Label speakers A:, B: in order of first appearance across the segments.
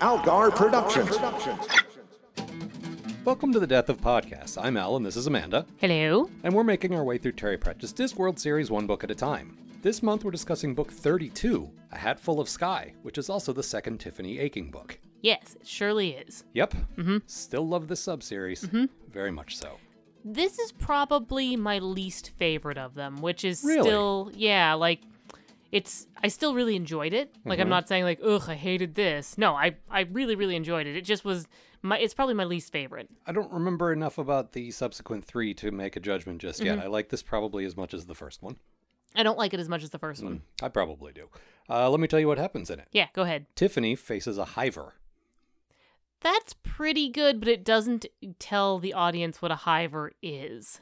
A: Algar Productions.
B: Welcome to the Death of Podcasts. I'm Al, and this is Amanda,
C: Hello.
B: and we're making our way through Terry Pratchett's Discworld series one book at a time. This month, we're discussing book 32, A Hatful of Sky, which is also the second Tiffany Aching book.
C: Yes, it surely is.
B: Yep.
C: Mm-hmm.
B: Still love this subseries. Very much so.
C: This is probably my least favorite of them, which is
B: Really?
C: still yeah, like it's I still really enjoyed it. Like I'm not saying like ugh, I hated this. No, I I really really enjoyed it. It just was my it's probably my least favorite.
B: I don't remember enough about the subsequent three to make a judgment just
C: Mm-hmm.
B: yet. I like this probably as much as the first one. Mm,
C: I don't like it as much as the first one.
B: I probably do. Uh, let me tell you what happens in it.
C: Yeah, go ahead.
B: Tiffany faces a hiver.
C: That's pretty good, but it doesn't tell the audience what a hiver is.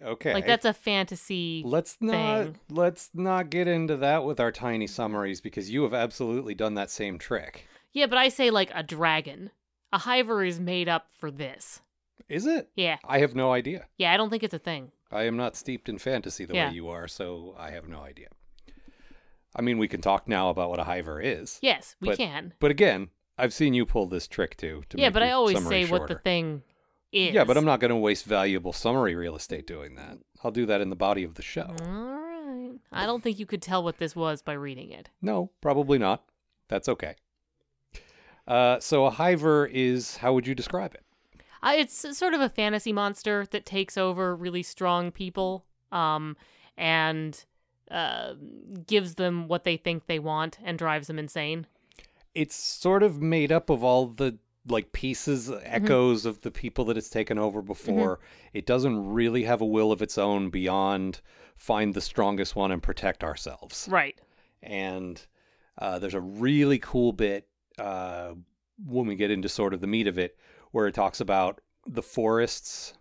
B: Okay.
C: Like that's a fantasy.
B: let's not
C: thing.
B: let's not get into that with our tiny summaries because you have absolutely done that same trick.
C: Yeah, but I say like a dragon. A hiver is made up for this.
B: Is it?
C: Yeah.
B: I have no idea.
C: Yeah, I don't think it's a thing.
B: I am not steeped in fantasy the
C: Yeah.
B: way you are, so I have no idea. I mean, we can talk now about what a hiver is.
C: Yes, we
B: But-
C: can.
B: But again, I've seen you pull this trick too. To
C: Yeah,
B: make
C: but I
B: your
C: always
B: summary
C: say what the
B: shorter.
C: thing is.
B: Yeah, but I'm not going to waste valuable summary real estate doing that. I'll do that in the body of the show.
C: All right. I don't think you could tell what this was by reading it.
B: No, probably not. That's okay. Uh, so a hiver is how would you describe it?
C: Uh, it's sort of a fantasy monster that takes over really strong people um, and uh, gives them what they think they want and drives them insane.
B: It's sort of made up of all the like pieces, echoes of the people that it's taken over before. It doesn't really have a will of its own beyond find the strongest one and protect ourselves.
C: Right.
B: and uh, there's a really cool bit uh, when we get into sort of the meat of it where it talks about the forests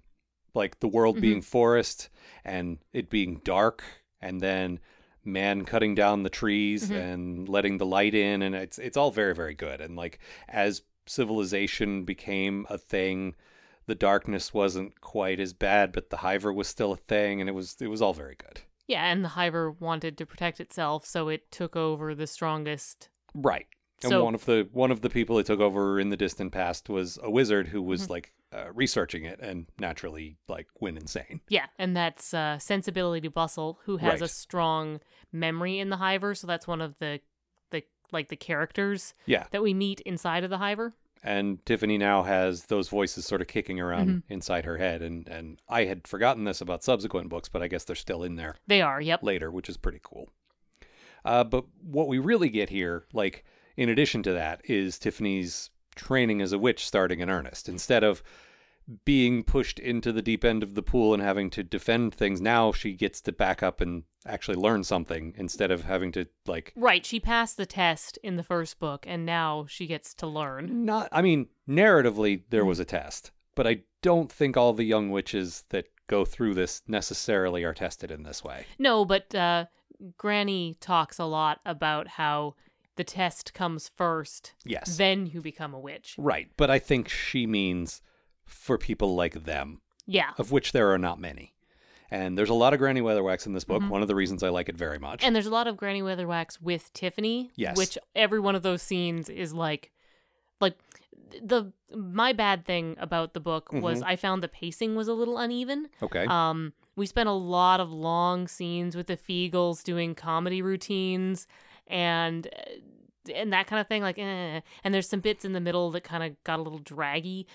B: like the world being forest and it being dark and then man cutting down the trees and letting the light in and it's it's all very very good and like as civilization became a thing the darkness wasn't quite as bad but the hiver was still a thing and it was it was all very good
C: Yeah, and the Hiver wanted to protect itself, so it took over the strongest.
B: Right. And
C: So-
B: one of the one of the people it took over in the distant past was a wizard who was like uh, researching it and naturally like went insane.
C: Yeah, and that's uh, Sensibility Bustle, who has a
B: Right.
C: strong memory in the Hiver, so that's one of the the like the characters
B: Yeah.
C: that we meet inside of the hiver.
B: And Tiffany now has those voices sort of kicking around inside her head and and I had forgotten this about subsequent books, but I guess they're still in there
C: They are, yep.
B: later, which is pretty cool. Uh, but what we really get here, like in addition to that, is Tiffany's training as a witch starting in earnest. Instead of being pushed into the deep end of the pool and having to defend things, now she gets to back up and actually learn something instead of having to like
C: Right, she passed the test in the first book and now she gets to learn.
B: not. I mean, narratively there was a test, but I don't think all the young witches that go through this necessarily are tested in this way.
C: No, but uh Granny talks a lot about how the test comes first,
B: Yes.
C: then you become a witch.
B: Right, but I think she means for people like them,
C: Yeah.
B: of which there are not many. And there's a lot of Granny Weatherwax in this book. One of the reasons I like it very much.
C: Mm-hmm. And there's a lot of Granny Weatherwax with Tiffany,
B: Yes.
C: which every one of those scenes is like like the my bad thing about the book was I found the pacing was a little uneven.
B: okay.
C: Um, we spent a lot of long scenes with the Feagles doing comedy routines and uh, and that kind of thing. Like, eh. and there's some bits in the middle that kind of got a little draggy.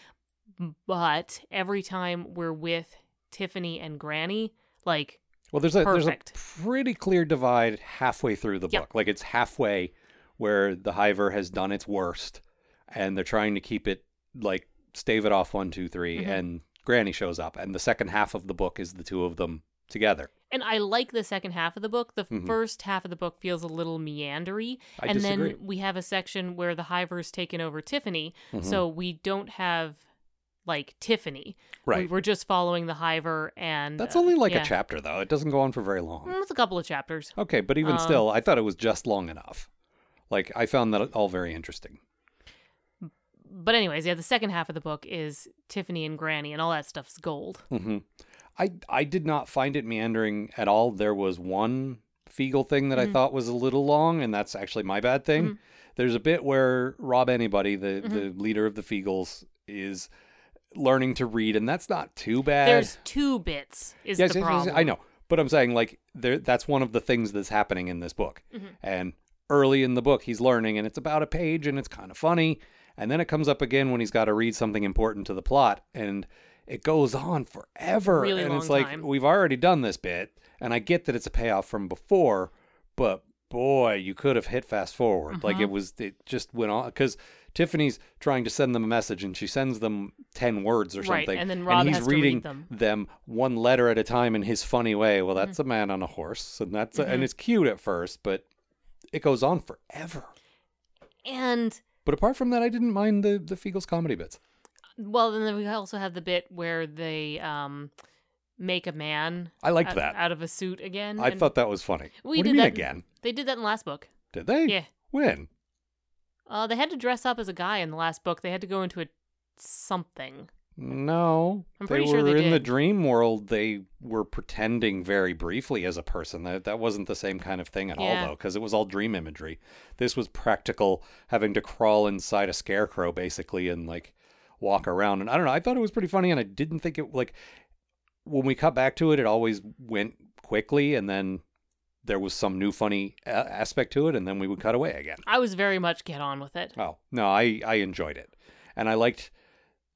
C: But every time we're with Tiffany and Granny, like,
B: well, there's a
C: perfect.
B: there's a pretty clear divide halfway through the
C: Yep.
B: book. Like it's halfway where the Hiver has done its worst, and they're trying to keep it like stave it off one, two, three,
C: Mm-hmm.
B: and Granny shows up. And the second half of the book is the two of them together.
C: and I like the second half of the book. The
B: Mhm.
C: first half of the book feels a little meandery,
B: I
C: and
B: disagree.
C: then we have a section where the Hiver's taken over Tiffany,
B: Mm-hmm.
C: so we don't have like Tiffany.
B: Right.
C: We, we're just following the Hiver, and
B: That's
C: uh,
B: only like
C: yeah.
B: a chapter though. It doesn't go on for very long.
C: Mm, It's a couple of chapters.
B: Okay, but even
C: Um,
B: still, I thought it was just long enough. Like I found that all very interesting.
C: But anyways, yeah, the second half of the book is Tiffany and Granny, and all that stuff's gold.
B: Mm-hmm. hmm I I did not find it meandering at all. There was one Feagle thing that
C: Mm-hmm.
B: I thought was a little long, and that's actually my bad thing. There's a bit where Rob Anybody, the,
C: Mm-hmm.
B: the leader of the Feagles, is learning to read, and that's not too bad.
C: There's two bits. Is
B: Yes,
C: the
B: yes, yes,
C: problem?
B: yes, I know, but I'm saying like there, that's one of the things that's happening in this book.
C: Mm-hmm.
B: And early in the book, he's learning, and it's about a page, and it's kind of funny. And then it comes up again when he's got to read something important to the plot, and it goes on forever.
C: Really
B: and it's
C: long
B: like
C: time.
B: we've already done this bit, and I get that it's a payoff from before, but boy, you could have hit fast forward. Like
C: Mm-hmm.
B: it was, it just went on because. Tiffany's trying to send them a message, and she sends them ten words or
C: Right,
B: something,
C: and then Rob
B: he's
C: has to read
B: reading
C: them.
B: them one letter at a time in his funny way. Well, that's a
C: Mm-hmm.
B: man on a horse, and that's a, and it's cute at first, but it goes on forever.
C: And
B: But apart from that, I didn't mind the the Feagles comedy bits.
C: well, then we also have the bit where they um make a man.
B: I liked
C: out,
B: that.
C: out of a suit again.
B: I
C: and-
B: thought that was funny.
C: We
B: what do
C: did
B: you mean
C: that
B: again?
C: They did that in the last book.
B: Did they?
C: Yeah.
B: When?
C: Uh, they had to dress up as a guy in the last book. They had to go into a something.
B: No.
C: I'm
B: they
C: pretty
B: were
C: sure they
B: in the
C: did.
B: dream world. They were pretending very briefly as a person. That that wasn't the same kind of thing at all
C: Yeah.
B: though, because it was all dream imagery. This was practical having to crawl inside a scarecrow basically and like walk around. And I don't know, I thought it was pretty funny and I didn't think it like when we cut back to it, it always went quickly and then there was some new funny a- aspect to it and then we would cut away again.
C: I was very much get on with it.
B: Oh no, I I enjoyed it, and I liked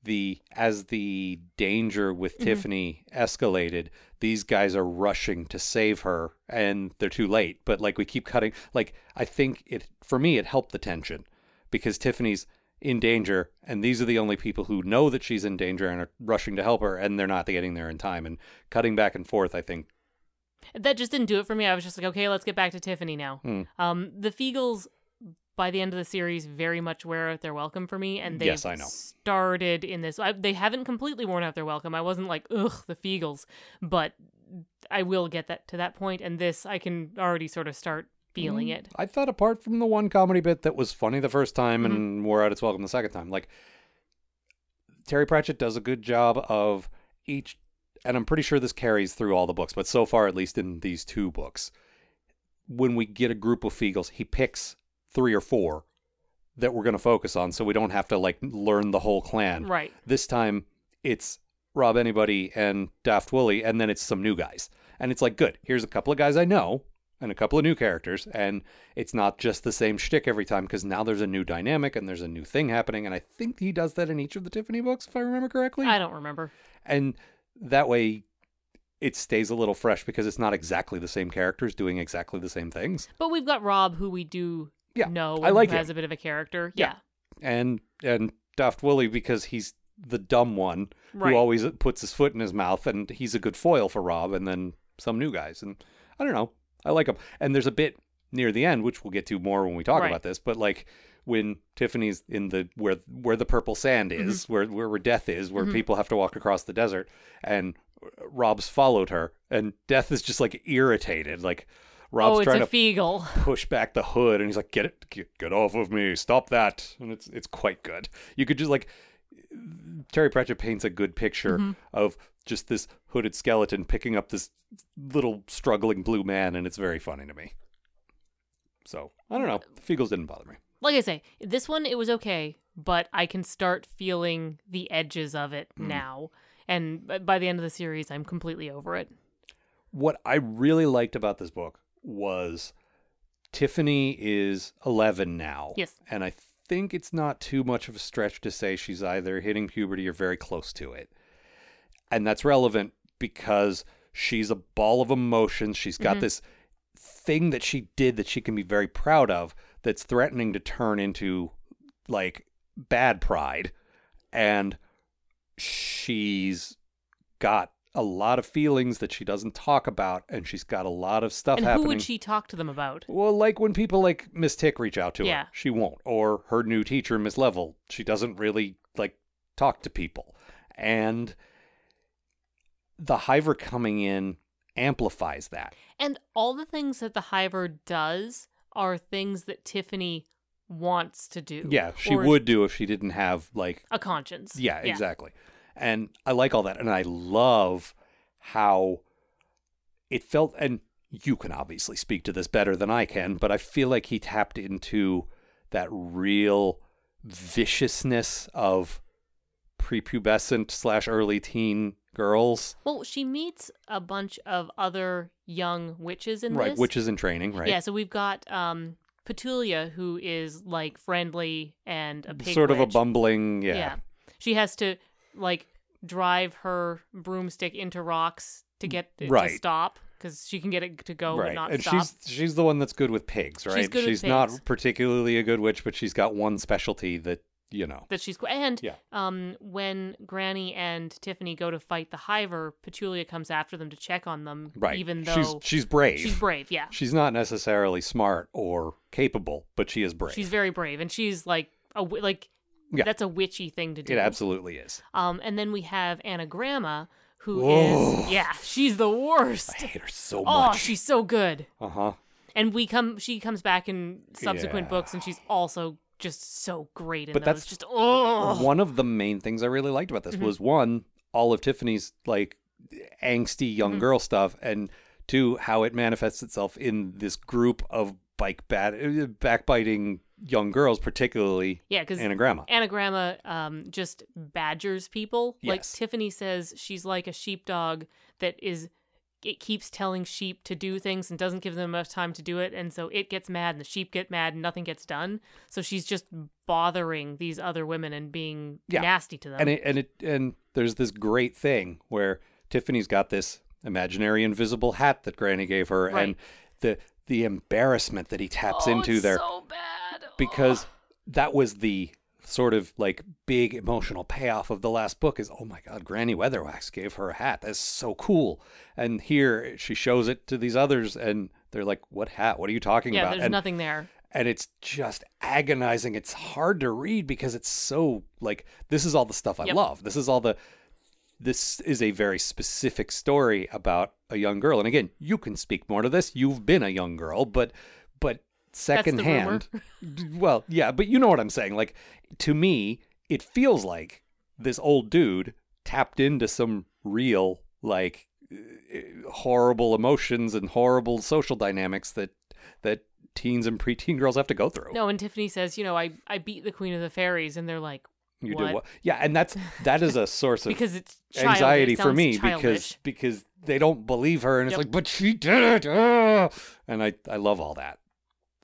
B: the as the danger with Tiffany escalated. These guys are rushing to save her, and they're too late. But like we keep cutting, like I think it for me it helped the tension because Tiffany's in danger, and these are the only people who know that she's in danger and are rushing to help her, and they're not getting there in time. And cutting back and forth, I think
C: That just didn't do it for me. I was just like, okay, let's get back to Tiffany now.
B: Hmm.
C: Um, the Feagles, by the end of the series, very much wear out their welcome for me, and they
B: Yes, I know.
C: started in this. I, they haven't completely worn out their welcome. I wasn't like, ugh, the Feagles, but I will get that to that point, and this I can already sort of start feeling it.
B: I thought apart from the one comedy bit that was funny the first time and wore out its welcome the second time, like Terry Pratchett does a good job of each, and I'm pretty sure this carries through all the books, but so far, at least in these two books, when we get a group of Feagles, he picks three or four that we're going to focus on so we don't have to like learn the whole clan.
C: Right.
B: This time it's Rob Anybody and Daft Woolley, and then it's some new guys. And it's like, good, here's a couple of guys I know and a couple of new characters. And it's not just the same shtick every time because now there's a new dynamic and there's a new thing happening. And I think he does that in each of the Tiffany books, if I remember correctly.
C: I don't remember.
B: and that way it stays a little fresh because it's not exactly the same characters doing exactly the same things.
C: But we've got Rob, who we do
B: Yeah,
C: know.
B: I
C: and
B: like
C: who
B: him.
C: has a bit of a character.
B: Yeah.
C: Yeah.
B: and and Daft Willie because he's the dumb one
C: Right.
B: who always puts his foot in his mouth, and he's a good foil for Rob, and then some new guys, and I don't know, I like him. And there's a bit near the end which we'll get to more when we talk
C: Right.
B: about this, but like when Tiffany's in the where where the purple sand
C: Mm-hmm.
B: is, where where where death is, where people have to walk across the desert, and Rob's followed her, and Death is just like irritated, like. Rob's
C: oh, it's
B: trying
C: a
B: to
C: Feagle.
B: push back the hood and he's like get it get, get off of me stop that and it's it's quite good you could just like terry pratchett paints a good picture of just this hooded skeleton picking up this little struggling blue man and it's very funny to me so i don't know the feagles didn't bother me
C: like I say, this one it was okay, but I can start feeling the edges of it
B: Mm-hmm.
C: now. And b- by the end of the series, I'm completely over it.
B: what I really liked about this book was Tiffany is 11 now.
C: Yes.
B: And I think it's not too much of a stretch to say she's either hitting puberty or very close to it. And that's relevant because she's a ball of emotions. She's got this thing that she did that she can be very proud of that's threatening to turn into like bad pride. And she's got a lot of feelings that she doesn't talk about, and she's got a lot of stuff
C: and
B: happening.
C: who would she talk to them about?
B: Well, like when people like Miss Tick reach out to
C: Yeah.
B: her, she won't. Or her new teacher, Miss Level, she doesn't really like talk to people. And the Hiver coming in amplifies that.
C: And all the things that the Hiver does are things that Tiffany wants to do.
B: Yeah, she
C: or
B: would do if she didn't have like
C: A conscience.
B: Yeah, exactly. And I like all that. And I love how it felt. And you can obviously speak to this better than I can, but I feel like he tapped into that real viciousness of prepubescent slash early teen girls,
C: Well, she meets a bunch of other young witches in
B: right?
C: this.
B: Witches in training, right?
C: Yeah, so we've got um Petulia, who is like friendly and a pig
B: sort of a
C: witch.
B: bumbling, yeah.
C: She has to like drive her broomstick into rocks to get it
B: Mm, Right.
C: to stop because she can get it to go but
B: Right,
C: not
B: and
C: stop.
B: she's she's the one that's good with pigs, right?
C: good with pigs.
B: not particularly a good witch, but she's got one specialty that you know.
C: that she's and
B: Yeah.
C: um when Granny and Tiffany go to fight the Hiver, Petulia comes after them to check on them,
B: Right,
C: Even though
B: she's she's brave.
C: she's brave, yeah,
B: She's not necessarily smart or capable, but she is brave.
C: she's very brave, and she's like a wi- like
B: Yeah.
C: that's a witchy thing to do.
B: it absolutely is.
C: Um, and then we have Anna Grandma, who is
B: Whoa.
C: yeah, she's the worst.
B: I hate her so
C: Oh,
B: much.
C: she's so good.
B: Uh huh.
C: And we come, she comes back in subsequent
B: Yeah.
C: books, and she's also just so great in
B: But
C: those.
B: that's
C: just oh,
B: One of the main things I really liked about
C: Mm-hmm.
B: this was one, all of Tiffany's like angsty young
C: Mm-hmm.
B: girl stuff, and two, how it manifests itself in this group of bike bat- uh, backbiting young girls, particularly
C: yeah, because
B: Anna Grandma.
C: Anagramma um, just badgers people. Like
B: Yes.
C: Tiffany says, she's like a sheepdog that is it keeps telling sheep to do things and doesn't give them enough time to do it, and so it gets mad and the sheep get mad and nothing gets done. So she's just bothering these other women and being
B: Yeah.
C: nasty to them.
B: and it and it and there's this great thing where Tiffany's got this imaginary invisible hat that Granny gave her, and
C: Right.
B: the the embarrassment that he taps
C: Oh,
B: into
C: it's
B: there
C: so bad. Oh.
B: because that was the sort of like big emotional payoff of the last book is oh my god granny weatherwax gave her a hat that's so cool and here she shows it to these others and they're like what hat what are you talking
C: yeah,
B: about
C: there's
B: and
C: nothing there.
B: and it's just agonizing. It's hard to read because it's so like this is all the stuff I
C: Yep.
B: love. This is all the this is a very specific story about a young girl. And again, you can speak more to this. You've been a young girl, but but
C: the rumor.
B: secondhand. d- well, yeah, but you know what I'm saying. Like to me, it feels like this old dude tapped into some real like eh, horrible emotions and horrible social dynamics that that teens and preteen girls have to go through.
C: No, and Tiffany says, you know, I I beat the queen of the fairies, and they're like,
B: you
C: what?
B: do what? Yeah, and that's that is a source of
C: because it's childish.
B: anxiety
C: It
B: for
C: sounds
B: me
C: childish.
B: because because they don't believe her, and it's
C: Yep.
B: like, but she did it, ah!" and I I love all that.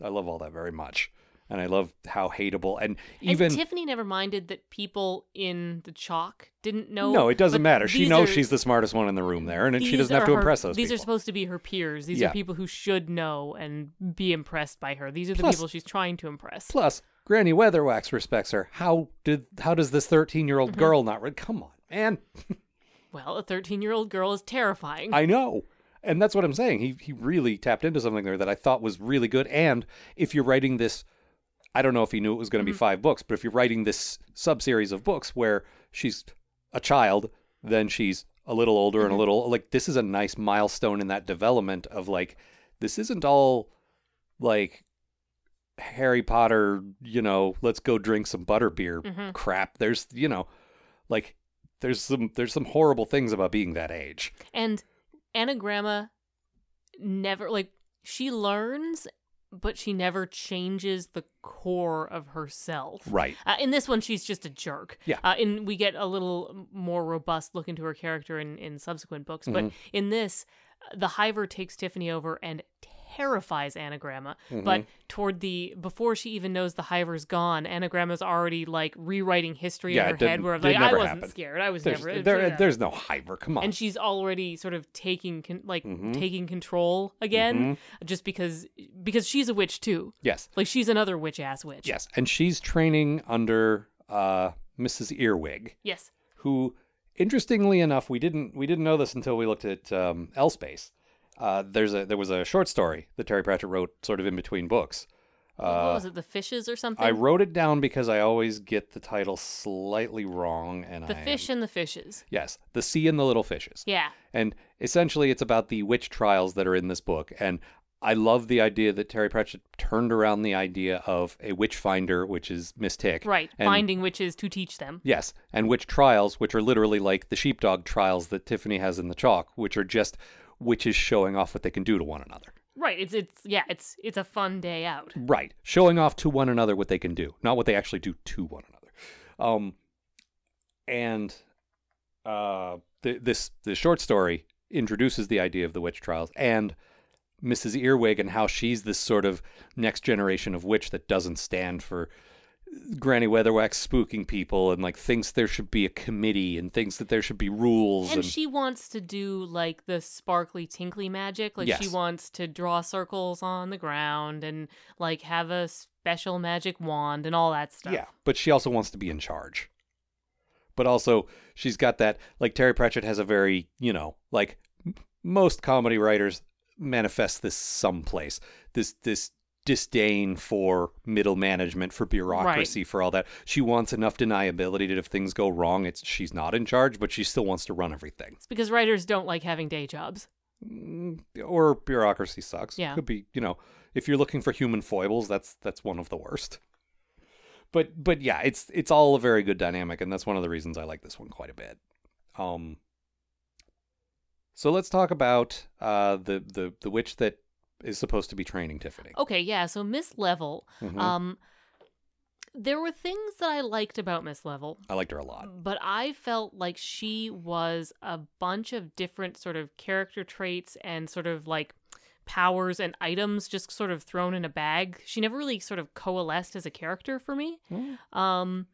B: I love all that very much, and I love how hateable and even
C: and Tiffany never minded that people in the chalk didn't know.
B: no, it doesn't
C: but
B: matter. She
C: these
B: knows
C: are-
B: she's the smartest one in the room there, and it- she
C: these
B: doesn't have
C: are
B: to
C: her-
B: impress those
C: These are
B: people.
C: supposed to be her peers. These
B: Yeah.
C: are people who should know and be impressed by her. These are the
B: Plus-
C: people she's trying to impress.
B: Plus, Granny Weatherwax respects her. How did how does this thirteen year
C: Mm-hmm.
B: old girl not? Re- Come on, man.
C: well, a thirteen-year-old girl is terrifying.
B: I know. And that's what I'm saying. He he really tapped into something there that I thought was really good. And if you're writing this I don't know if he knew it was going to be five books, but if you're writing this sub series of books where she's a child, then she's a little older and a little like this is a nice milestone in that development of like this isn't all like Harry Potter, you know, let's go drink some butterbeer crap. There's you know, like there's some there's some horrible things about being that age.
C: and Anagramma never like she learns, but she never changes the core of herself.
B: Right.
C: Uh, in this one, she's just a jerk.
B: Yeah.
C: Uh, and we get a little m- more robust look into her character in, in subsequent books. But
B: Mm-hmm.
C: in this, uh, the Hiver takes Tiffany over and terrifies Anagramma.
B: Mm-hmm.
C: But toward the before she even knows the Hiver's gone, Anagramma's already like rewriting history
B: Yeah,
C: in
B: it
C: her head.
B: didn't-
C: Where
B: it
C: like I
B: never
C: wasn't
B: happened.
C: scared. I was
B: There's,
C: never. it's-
B: there,
C: yeah.
B: there's no Hiver. Come on.
C: and she's already sort of taking con- like
B: Mm-hmm.
C: taking control again, just because because she's a witch too.
B: yes.
C: Like she's another witch ass witch.
B: Yes. And she's training under uh, Mrs. Earwig,
C: Yes.
B: who, interestingly enough, we didn't we didn't know this until we looked at um, L Space. Uh, there's a there was a short story that Terry Pratchett wrote sort of in between books.
C: what
B: Uh,
C: was it? The fishes or something?
B: I wrote it down because I always get the title slightly wrong, and
C: The
B: I am-
C: fish and the fishes.
B: yes, the sea and the little fishes.
C: Yeah.
B: And essentially, it's about the witch trials that are in this book. And I love the idea that Terry Pratchett turned around the idea of a witch finder, which is Miss Tick.
C: Right.
B: And,
C: Finding witches to teach them.
B: Yes. And witch trials, which are literally like the sheepdog trials that Tiffany has in the chalk, which are just witches showing off what they can do to one another.
C: Right. It's it's yeah. It's it's a fun day out.
B: Right. Showing off to one another what they can do, not what they actually do to one another. Um, and uh, th- this this short story introduces the idea of the witch trials and Mrs. Earwig and how she's this sort of next generation of witch that doesn't stand for Granny Weatherwax spooking people and like thinks there should be a committee and thinks that there should be rules
C: And she wants to do like the sparkly tinkly magic. Like she
B: Yes.
C: wants to draw circles on the ground and like have a special magic wand and all that stuff.
B: Yeah, but she also wants to be in charge. But also, she's got that like Terry Pratchett has a very you know like m- most comedy writers manifest this someplace this this disdain for middle management for bureaucracy for all that she wants enough deniability that if things go wrong it's she's not in charge but she still wants to run everything
C: It's because writers don't like having day jobs.
B: Mm, or bureaucracy sucks.
C: Yeah.
B: could be. You know, if you're looking for human foibles, that's that's one of the worst. But but yeah, it's it's all a very good dynamic, and that's one of the reasons I like this one quite a bit. Um. So let's talk about uh the the the witch that is supposed to be training Tiffany.
C: Okay, yeah. So Miss Level,
B: Mhm.
C: um, there were things that I liked about Miss Level,
B: I liked her a lot.
C: but I felt like she was a bunch of different sort of character traits and sort of like powers and items just sort of thrown in a bag. She never really sort of coalesced as a character for me.
B: Mm.
C: Um,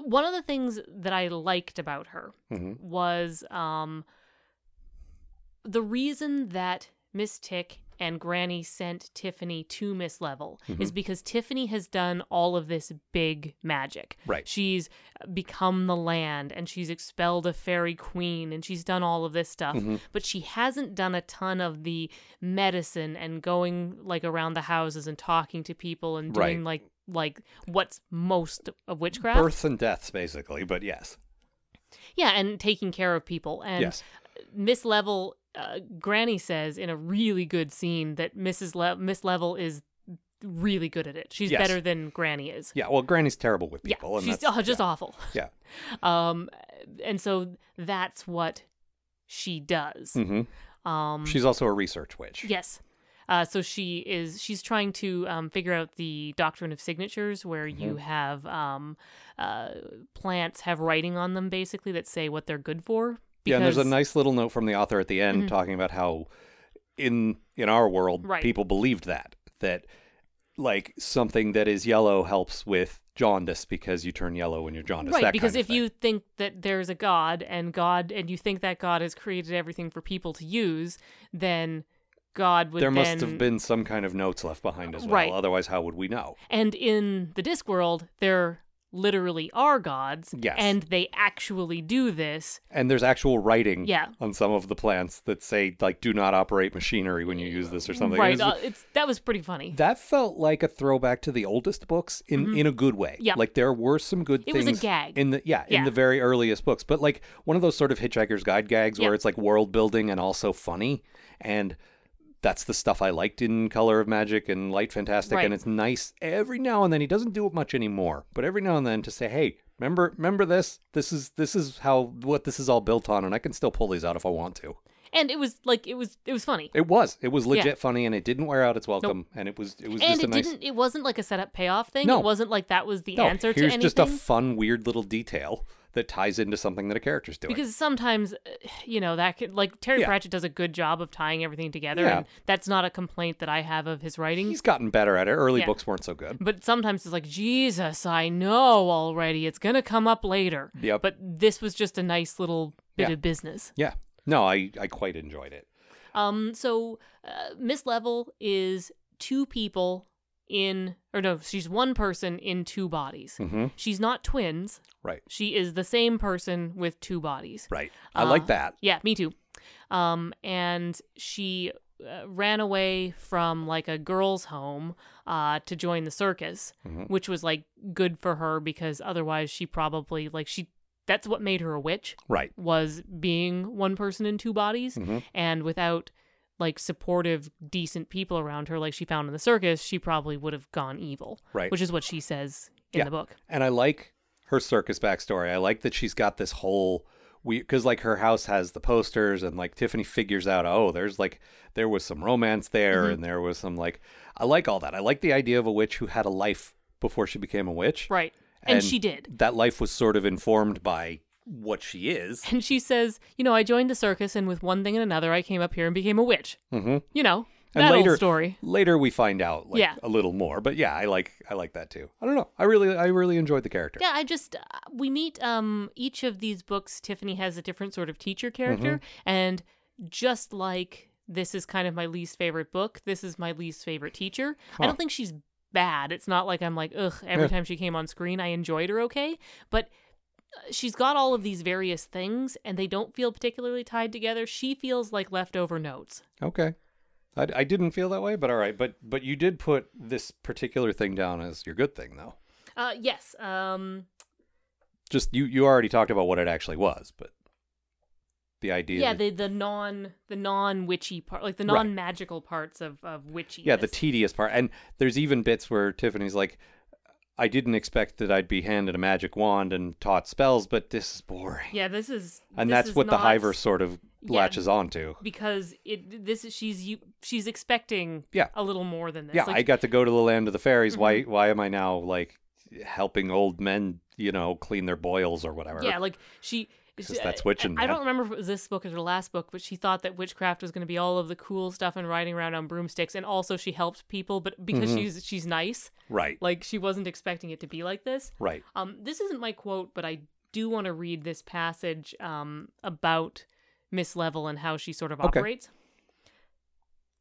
C: one of the things that I liked about her
B: hmm
C: was um the reason that Miss Tick and Granny sent Tiffany to Miss Level
B: Mm-hmm.
C: is because Tiffany has done all of this big magic.
B: Right.
C: She's become the land and she's expelled a fairy queen and she's done all of this stuff,
B: Mm-hmm.
C: but she hasn't done a ton of the medicine and going like around the houses and talking to people and doing
B: Right.
C: like like what's most of witchcraft.
B: Births and deaths, basically. But yes,
C: Yeah, and taking care of people and
B: yes,
C: Miss Level, uh, Granny says in a really good scene that Mrs. Le- Miss Level is really good at it. She's
B: Yes.
C: better than Granny is.
B: yeah. Well, Granny's terrible with people,
C: yeah,
B: and
C: she's
B: that's-
C: oh, just
B: yeah.
C: awful.
B: Yeah.
C: Um, and so that's what she does.
B: Mhm.
C: Um,
B: She's also a research witch.
C: yes. Uh, so she is she's trying to um, figure out the doctrine of signatures where
B: Mm-hmm.
C: you have um, uh, plants have writing on them basically that say what they're good for.
B: Yeah, and there's a
C: because- Mm-hmm.
B: nice little note from the author at the end talking about how in in our world
C: Right.
B: people believed that that like something that is yellow helps with jaundice because you turn yellow when you're jaundiced.
C: right
B: that
C: because
B: kind of
C: if you think that there's a god and god and you think that god has created everything for people to use then god would
B: there
C: then
B: must have been some kind of notes left behind as well.
C: Right.
B: Otherwise, how would we know?
C: and in the discworld there literally are gods
B: Yes.
C: and they actually do this
B: And there's actual writing
C: Yeah.
B: on some of the plants that say like "Do not operate machinery when you use this" or something.
C: right
B: It's-
C: uh, it's that was pretty funny
B: that felt like a throwback to the oldest books in in a good way.
C: Yeah.
B: like there were some good
C: Mm-hmm. It was
B: things.
C: a gag.
B: in the yeah, in
C: Yeah.
B: the very earliest books, but like one of those sort of Hitchhiker's Guide gags
C: Yeah.
B: where it's like world building and also funny, and that's the stuff I liked in Color of Magic and Light Fantastic,
C: Right.
B: and it's nice every now and then. He doesn't do it much anymore, but every now and then to say, hey. Remember, remember this. This is this is how what this is all built on, and I can still pull these out if I want to.
C: and it was like it was it was funny
B: It was, it was legit funny, and it didn't wear out its welcome, and it was, it was
C: and
B: just a
C: it
B: nice.
C: didn't it wasn't like a setup payoff thing
B: No.
C: it wasn't like that was the
B: No,
C: answer to
B: here's
C: anything
B: just a fun, weird little detail that ties into something that a character's doing.
C: because sometimes uh, you know that could like terry
B: Yeah.
C: pratchett does a good job of tying everything together
B: Yeah.
C: and that's not a complaint that i have of his writing
B: He's gotten better at it. Early
C: Yeah.
B: books weren't so good.
C: but sometimes it's like jesus i know already it's gonna come up later
B: Yep.
C: but this was just a nice little bit
B: Yeah.
C: of business
B: Yeah. No, I, I quite enjoyed it.
C: um so uh, miss level is two people in or no she's one person in two bodies
B: Mm-hmm.
C: she's not twins
B: Right.
C: she is the same person with two bodies
B: Right. I like
C: Uh,
B: that.
C: Yeah, me too. Um, and she uh, ran away from like a girls' home uh, to join the circus,
B: Mhm.
C: which was like good for her because otherwise she probably like she that's what made her a witch
B: Right.
C: was being one person in two bodies
B: Mhm.
C: and without like supportive decent people around her like she found in the circus she probably would have gone evil
B: Right.
C: which is what she says in
B: Yeah.
C: the book
B: And I like her circus backstory. I like that she's got this whole we because like her house has the posters and like tiffany figures out oh there's like there was some romance there
C: Mhm.
B: and there was some like i like all that i like the idea of a witch who had a life before she became a witch
C: Right. And,
B: And-
C: she did.
B: that life was sort of informed by what she is
C: And she says, you know, I joined the circus and with one thing and another I came up here and became a witch.
B: mm-hmm.
C: You know,
B: And
C: that
B: later-
C: old story.
B: later we find out like
C: Yeah.
B: a little more but yeah i like i like that too i don't know i really i really enjoyed the character
C: Yeah, I just uh, we meet um each of these books Tiffany has a different sort of teacher character
B: Mm-hmm.
C: and just like this is kind of my least favorite book, this is my least favorite teacher. I
B: Huh.
C: don't think she's bad. It's not like I'm like ugh every
B: Yeah.
C: time she came on screen I enjoyed her okay, but uh, she's got all of these various things and they don't feel particularly tied together. She feels like leftover notes.
B: okay I, I didn't feel that way but all right but but you did put this particular thing down as your good thing though
C: Uh yes, um
B: just you you already talked about what it actually was but the idea
C: yeah,
B: that-
C: the the non the non witchy part, like the
B: Right.
C: non magical parts of of witchy.
B: yeah the tedious part and there's even bits where tiffany's like i didn't expect that i'd be handed a magic wand and taught spells but this is boring
C: Yeah, this is
B: and
C: this
B: that's
C: is
B: what the
C: not-
B: hiver sort of
C: Yeah.
B: latches onto
C: because it this is she's you she's expecting
B: Yeah.
C: a little more than this.
B: yeah
C: like, Mm-hmm.
B: i got to go to the land of the fairies why why am i now like helping old men you know clean their boils or whatever
C: yeah, like she.
B: 'Cause
C: she-
B: that's witch and
C: I, I
B: that.
C: don't remember if it was this book or her last book, but she thought that witchcraft was going to be all of the cool stuff and riding around on broomsticks, and also she helped people, but because
B: Mm-hmm.
C: she's she's nice,
B: right
C: like she wasn't expecting it to be like this.
B: right
C: Um, this isn't my quote, but I do want to read this passage um, about Miss Level and how she sort of
B: Okay.
C: operates.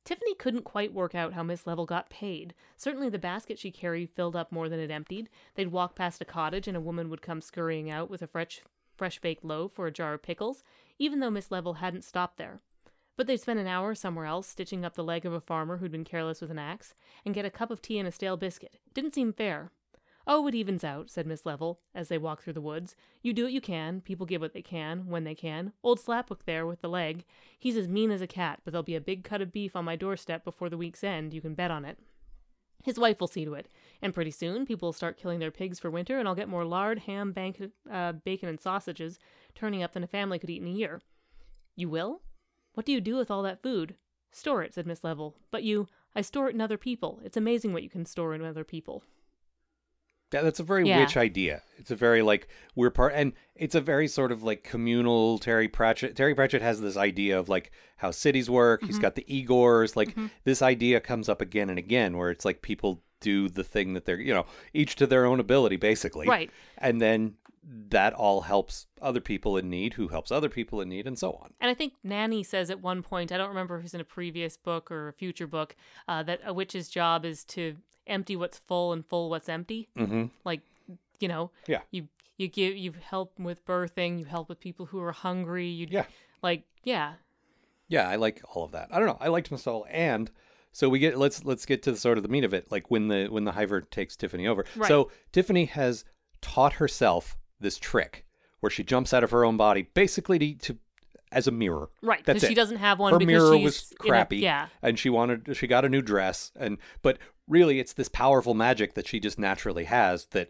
C: Tiffany couldn't quite work out how Miss Level got paid. Certainly, the basket she carried filled up more than it emptied. They'd walk past a cottage, and a woman would come scurrying out with a fresh, fresh baked loaf or a jar of pickles, even though Miss Level hadn't stopped there. But they'd spend an hour somewhere else stitching up the leg of a farmer who'd been careless with an axe, and get a cup of tea and a stale biscuit. Didn't seem fair. Oh, it evens out, said Miss Level, as they walked through the woods. You do what you can, people give what they can, when they can. Old Slapbook there with the leg. He's as mean as a cat, but there'll be a big cut of beef on my doorstep before the week's end, you can bet on it. His wife will see to it, and pretty soon people will start killing their pigs for winter, and I'll get more lard, ham, bank, uh, bacon, and sausages turning up than a family could eat in a year. You will? What do you do with all that food? Store it, said Miss Level. But you, I store it in other people. It's amazing what you can store in other people.
B: yeah that's a very
C: Yeah.
B: witch idea it's a very like we're part and it's a very sort of like communal terry pratchett terry pratchett has this idea of like how cities work
C: Mm-hmm.
B: he's got the igors like this idea comes up again and again where it's like people do the thing that they're you know each to their own ability basically
C: Right.
B: and then that all helps other people in need who helps other people in need and so on
C: And I think Nanny says at one point, I don't remember if it's in a previous book or a future book, uh, that a witch's job is to empty what's full and full what's empty.
B: mm-hmm
C: Like, you know,
B: Yeah.
C: you you give you help with birthing, you help with people who are hungry. You
B: Yeah.
C: like yeah,
B: yeah i like all of that i don't know i liked miss Hall and so we get let's let's get to the sort of the meat of it like when the when the hiver takes tiffany over
C: Right.
B: so tiffany has taught herself this trick where she jumps out of her own body basically to, to as a mirror
C: right.
B: That's
C: Because she
B: it.
C: doesn't have one.
B: her
C: because
B: mirror
C: she's
B: was
C: in a-
B: crappy
C: yeah,
B: and she wanted she got a new dress and but really it's this powerful magic that she just naturally has that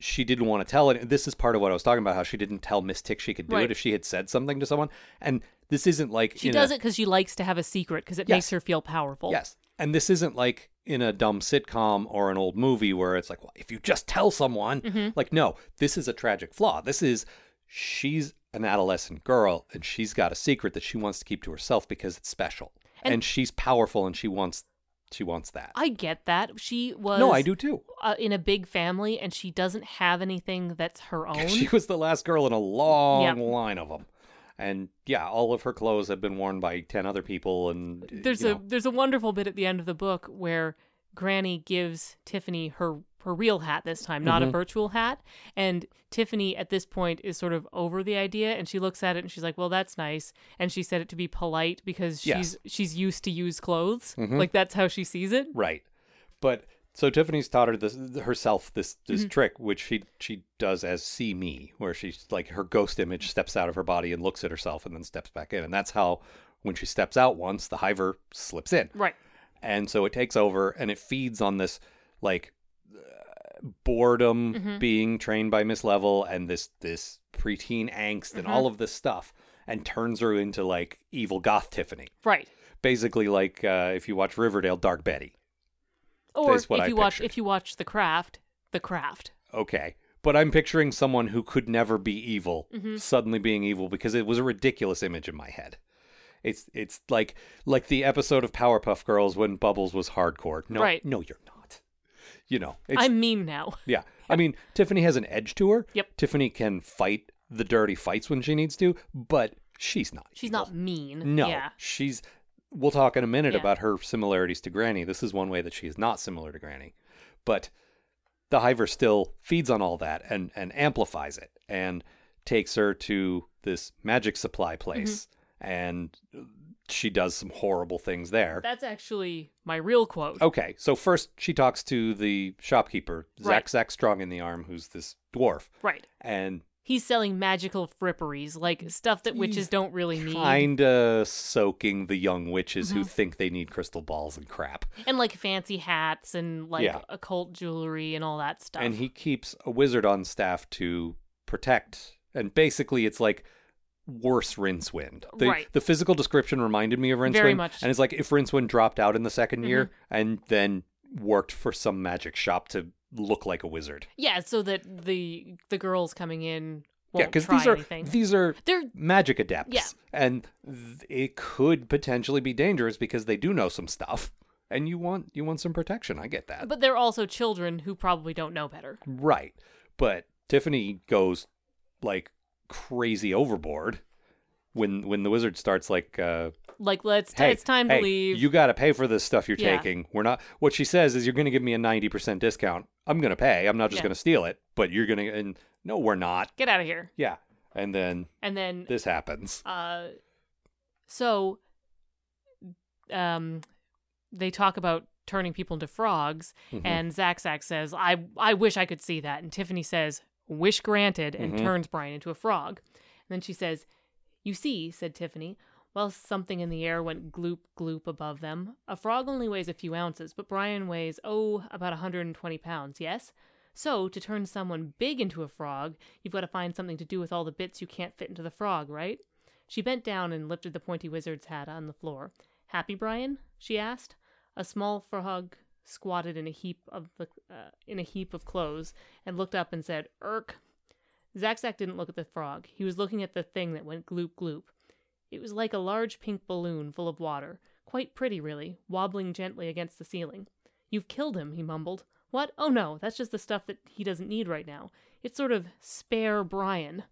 B: she didn't want to tell it this is part of what i was talking about how she didn't tell miss tick she could do
C: Right.
B: it if she had said something to someone and this isn't like
C: she
B: in
C: does
B: a,
C: it because she likes to have a secret because it
B: Yes.
C: makes her feel powerful.
B: yes and this isn't like in a dumb sitcom or an old movie where it's like well, if you just tell someone
C: Mm-hmm.
B: like no this is a tragic flaw this is she's an adolescent girl and she's got a secret that she wants to keep to herself because it's special
C: And-
B: and she's powerful and she wants she wants that
C: I get that. She was
B: No, I do too.
C: uh, in a big family, and she doesn't have anything that's her own.
B: She was the last girl in a long
C: Yep.
B: line of them. And yeah, all of her clothes have been worn by 10 other people and uh,
C: there's
B: you
C: a
B: know,
C: there's a wonderful bit at the end of the book where Granny gives Tiffany her her real hat this time, not
B: Mm-hmm.
C: a virtual hat. And Tiffany at this point is sort of over the idea and she looks at it and she's like, "Well, that's nice." And she said it to be polite because she's
B: Yes. Mm-hmm.
C: she's used to used clothes. Like that's how she sees it.
B: right. But so Tiffany's taught her this herself this this trick which she she does as see me where she's like her ghost image steps out of her body and looks at herself and then steps back in and that's how when she steps out once the hiver slips in.
C: Right.
B: and so it takes over and it feeds on this like uh, boredom
C: Mhm.
B: being trained by Miss Level and this this preteen angst and
C: Mhm.
B: all of this stuff and turns her into like evil goth Tiffany.
C: right.
B: Basically like uh, if you watch Riverdale Dark Betty.
C: Or
B: That's
C: if
B: what
C: you
B: I
C: watch
B: pictured.
C: if you watch The Craft, The Craft.
B: Okay. But I'm picturing someone who could never be evil
C: Mm-hmm.
B: suddenly being evil because it was a ridiculous image in my head. It's it's like like the episode of Powerpuff Girls when Bubbles was hardcore. No,
C: Right.
B: no, you're not. You know, it's
C: I'm mean now.
B: Yeah. I mean, Tiffany has an edge to her.
C: Yep.
B: Tiffany can fight the dirty fights when she needs to, but she's not.
C: She's
B: evil.
C: not mean.
B: No.
C: Yeah.
B: She's. We'll talk in a minute
C: Yeah.
B: about her similarities to Granny. This is one way that she is not similar to Granny. But the Hiver still feeds on all that and, and amplifies it and takes her to this magic supply
C: Mm-hmm.
B: place. And she does some horrible things there.
C: That's actually my real quote.
B: Okay, so first she talks to the shopkeeper, Zack
C: Right.
B: Zack Strong in the arm, who's this dwarf,
C: Right.
B: and
C: He's selling magical fripperies, like stuff that witches don't really Mm-hmm. need.
B: kinda soaking the young witches who think they need crystal balls and crap.
C: And like fancy hats and like
B: Yeah.
C: occult jewelry and all that stuff.
B: And he keeps a wizard on staff to protect. And basically, it's like worse Rincewind. The,
C: Right.
B: the physical description reminded me of Rincewind.
C: Very much. Mm-hmm.
B: And it's like if Rincewind dropped out in the 2nd year and then worked for some magic shop to look like a wizard.
C: Yeah, so that the the girls coming in
B: Yeah,
C: won't
B: because
C: try
B: these are
C: anything.
B: these are
C: They're
B: magic adepts.
C: Yeah.
B: And th- it could potentially be dangerous because they do know some stuff and you want you want some protection. I get that.
C: but they're also children who probably don't know better.
B: right. But Tiffany goes like crazy overboard when when the wizard starts like uh
C: Like let's
B: hey,
C: it's time
B: hey,
C: to leave.
B: You got to pay for this stuff you're
C: Yeah.
B: taking. We're not What she says is you're going to give me a 90% discount. I'm going to pay. I'm not just
C: Yeah.
B: going to steal it, but you're going to and no, we're not.
C: Get out of here.
B: Yeah. And then
C: And then
B: this happens.
C: uh so um they talk about turning people into frogs
B: Mhm.
C: and Zack Zack says, I I wish I could see that and Tiffany says, Wish granted and
B: Mhm.
C: turns Brian into a frog. And then she says, You see, said Tiffany, while something in the air went gloop gloop above them. A frog only weighs a few ounces, but Brian weighs, oh, about 120 pounds, yes? So, to turn someone big into a frog, you've got to find something to do with all the bits you can't fit into the frog, right? She bent down and lifted the pointy wizard's hat on the floor. Happy, Brian? she asked. A small frog squatted in a heap of the uh, in a heap of clothes and looked up and said, "Irk." Zack Zack didn't look at the frog. He was looking at the thing that went gloop gloop. It was like a large pink balloon full of water, quite pretty really, wobbling gently against the ceiling. You've killed him, he mumbled. What? Oh no, that's just the stuff that he doesn't need right now. It's sort of spare Brian.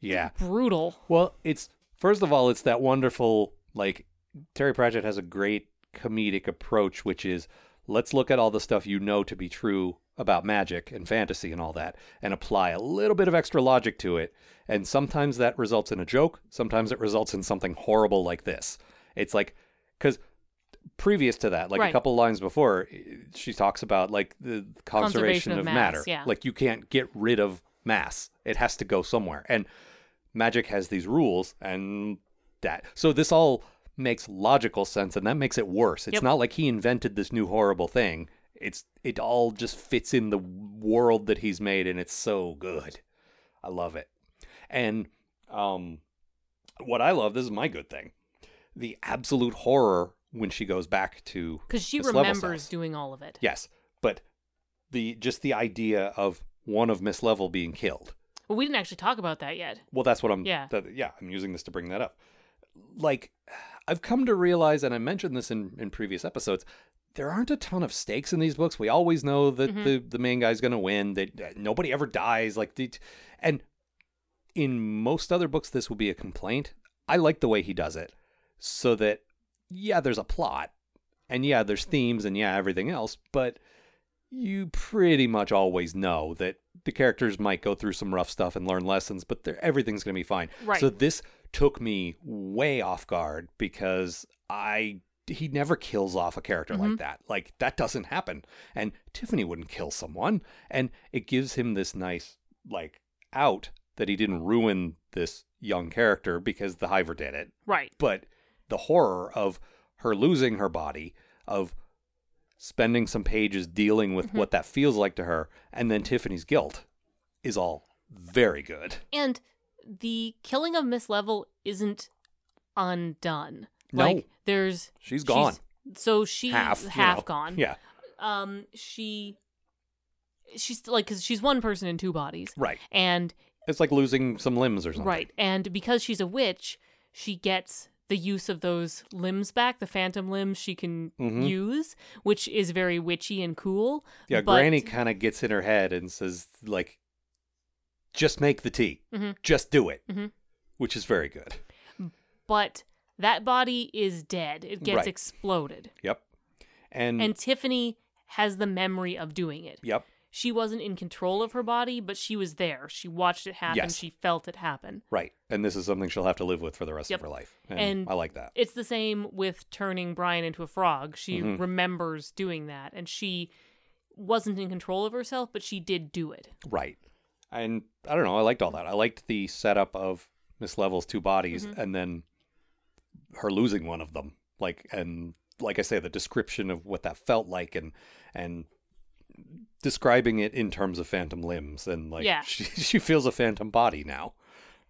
B: Yeah.
C: Brutal.
B: Well, it's first of all, it's that wonderful like Terry Pratchett has a great comedic approach, which is let's look at all the stuff you know to be true about magic and fantasy and all that, and apply a little bit of extra logic to it. And sometimes that results in a joke. Sometimes it results in something horrible like this. It's like because previous to that, like a
C: Right.
B: couple lines before, she talks about like the conservation,
C: Conservation of
B: of,
C: mass,
B: matter.
C: yeah.
B: Like you can't get rid of mass; it has to go somewhere. And magic has these rules and that so this all makes logical sense and that makes it worse it's
C: Yep.
B: not like he invented this new horrible thing it's it all just fits in the world that he's made and it's so good i love it and um what i love this is my good thing the absolute horror when she goes back to
C: Because she
B: Miss Level
C: remembers
B: Cells.
C: doing all of it.
B: yes but the just the idea of one of miss level being killed
C: Well, we didn't actually talk about that yet.
B: Well, that's what I'm. Yeah.
C: Yeah.
B: yeah, I'm using this to bring that up. Like, I've come to realize, and I mentioned this in, in previous episodes, there aren't a ton of stakes in these books. We always know that the, the main guy's going to win, that uh, nobody ever dies. Like, the, and in most other books, this will be a complaint. I like the way he does it so that, yeah, there's a plot, and yeah, there's themes, and yeah, everything else, but you pretty much always know that the characters might go through some rough stuff and learn lessons, but they're- everything's going to be fine.
C: Right.
B: So this took me way off guard because I he never kills off a character like that. Like that doesn't happen. And Tiffany wouldn't kill someone, and it gives him this nice like out that he didn't ruin this young character because the Hiver did it
C: Right.
B: but the horror of her losing her body of spending some pages dealing
C: Mm-hmm.
B: with what that feels like to her, and then Tiffany's guilt is all very good.
C: And the killing of Miss Level isn't undone.
B: No.
C: Like there's
B: She's gone.
C: so she's
B: half,
C: half,
B: you know.
C: gone.
B: Yeah,
C: Um she she's still, like cuz she's one person in two bodies.
B: right.
C: And
B: It's like losing some limbs or something.
C: right, and because she's a witch, she gets the use of those limbs back, the phantom limbs she can
B: Mhm.
C: use, which is very witchy and cool.
B: Yeah,
C: but-
B: Granny kind of gets in her head and says, like, just make the tea.
C: Mhm.
B: Just do it.
C: Mhm.
B: Which is very good.
C: but that body is dead. It gets
B: Right.
C: exploded.
B: Yep. And,
C: And Tiffany has the memory of doing it.
B: yep.
C: She wasn't in control of her body, but she was there. She watched it happen.
B: Yes.
C: She felt it happen.
B: Right. And this is something she'll have to live with for the rest
C: Yep.
B: of her life. And,
C: And-
B: I like that.
C: It's the same with turning Brian into a frog. She
B: Mhm.
C: remembers doing that, and she wasn't in control of herself, but she did do it.
B: Right. And I don't know. I liked all that. I liked the setup of Miss Level's two bodies
C: Mm-hmm.
B: and then her losing one of them. Like, and like I say, the description of what that felt like and, and, describing it in terms of phantom limbs and like
C: Yeah.
B: she, she feels a phantom body now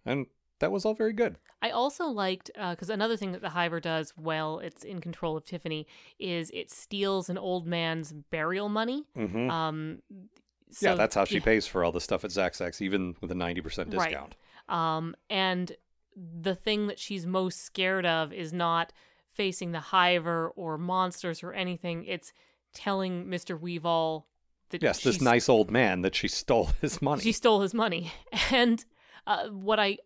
B: and that was all very good
C: I also liked because another thing that the Hiver does well, it's in control of Tiffany, is it steals an old man's burial money.
B: hmm
C: Um, so,
B: yeah that's how she
C: yeah.
B: pays for all the stuff at Zack Zack's even with a 90% discount
C: Right. Um, and the thing that she's most scared of is not facing the Hiver or monsters or anything. It's telling Mr. Weevil that
B: yes this
C: she's-
B: nice old man that she stole his money
C: she stole his money. And uh, what I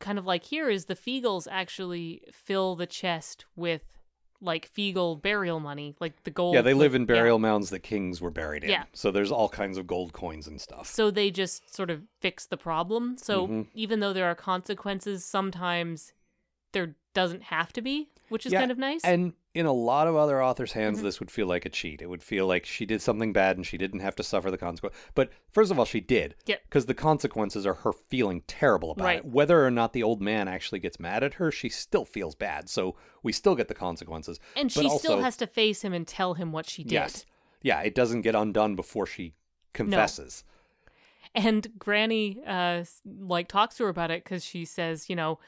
C: kind of like here is the Feagles actually fill the chest with like Feagle burial money, like the gold.
B: Yeah, they live
C: like-
B: in burial mounds that kings were buried in.
C: Yeah.
B: So there's all kinds of gold coins and
C: yeah.
B: stuff.
C: So they just sort of fix the problem. So
B: Mhm.
C: even though there are consequences, sometimes there doesn't have to be, which is
B: Yeah,
C: kind of nice. Mm-hmm.
B: And in a lot of other authors' hands, this would feel like a cheat. It would feel like she did something bad and she didn't have to suffer the consequence. But first of all, she did.
C: Yep.
B: Because the consequences are her feeling terrible about
C: Right.
B: it. Whether or not the old man actually gets mad at her, she still feels bad. So we still get the consequences.
C: and
B: but
C: she still
B: also-
C: has to face him and tell him what she did.
B: Yes. Yeah, it doesn't get undone before she confesses.
C: and granny uh s- like talks to her about it because she says you know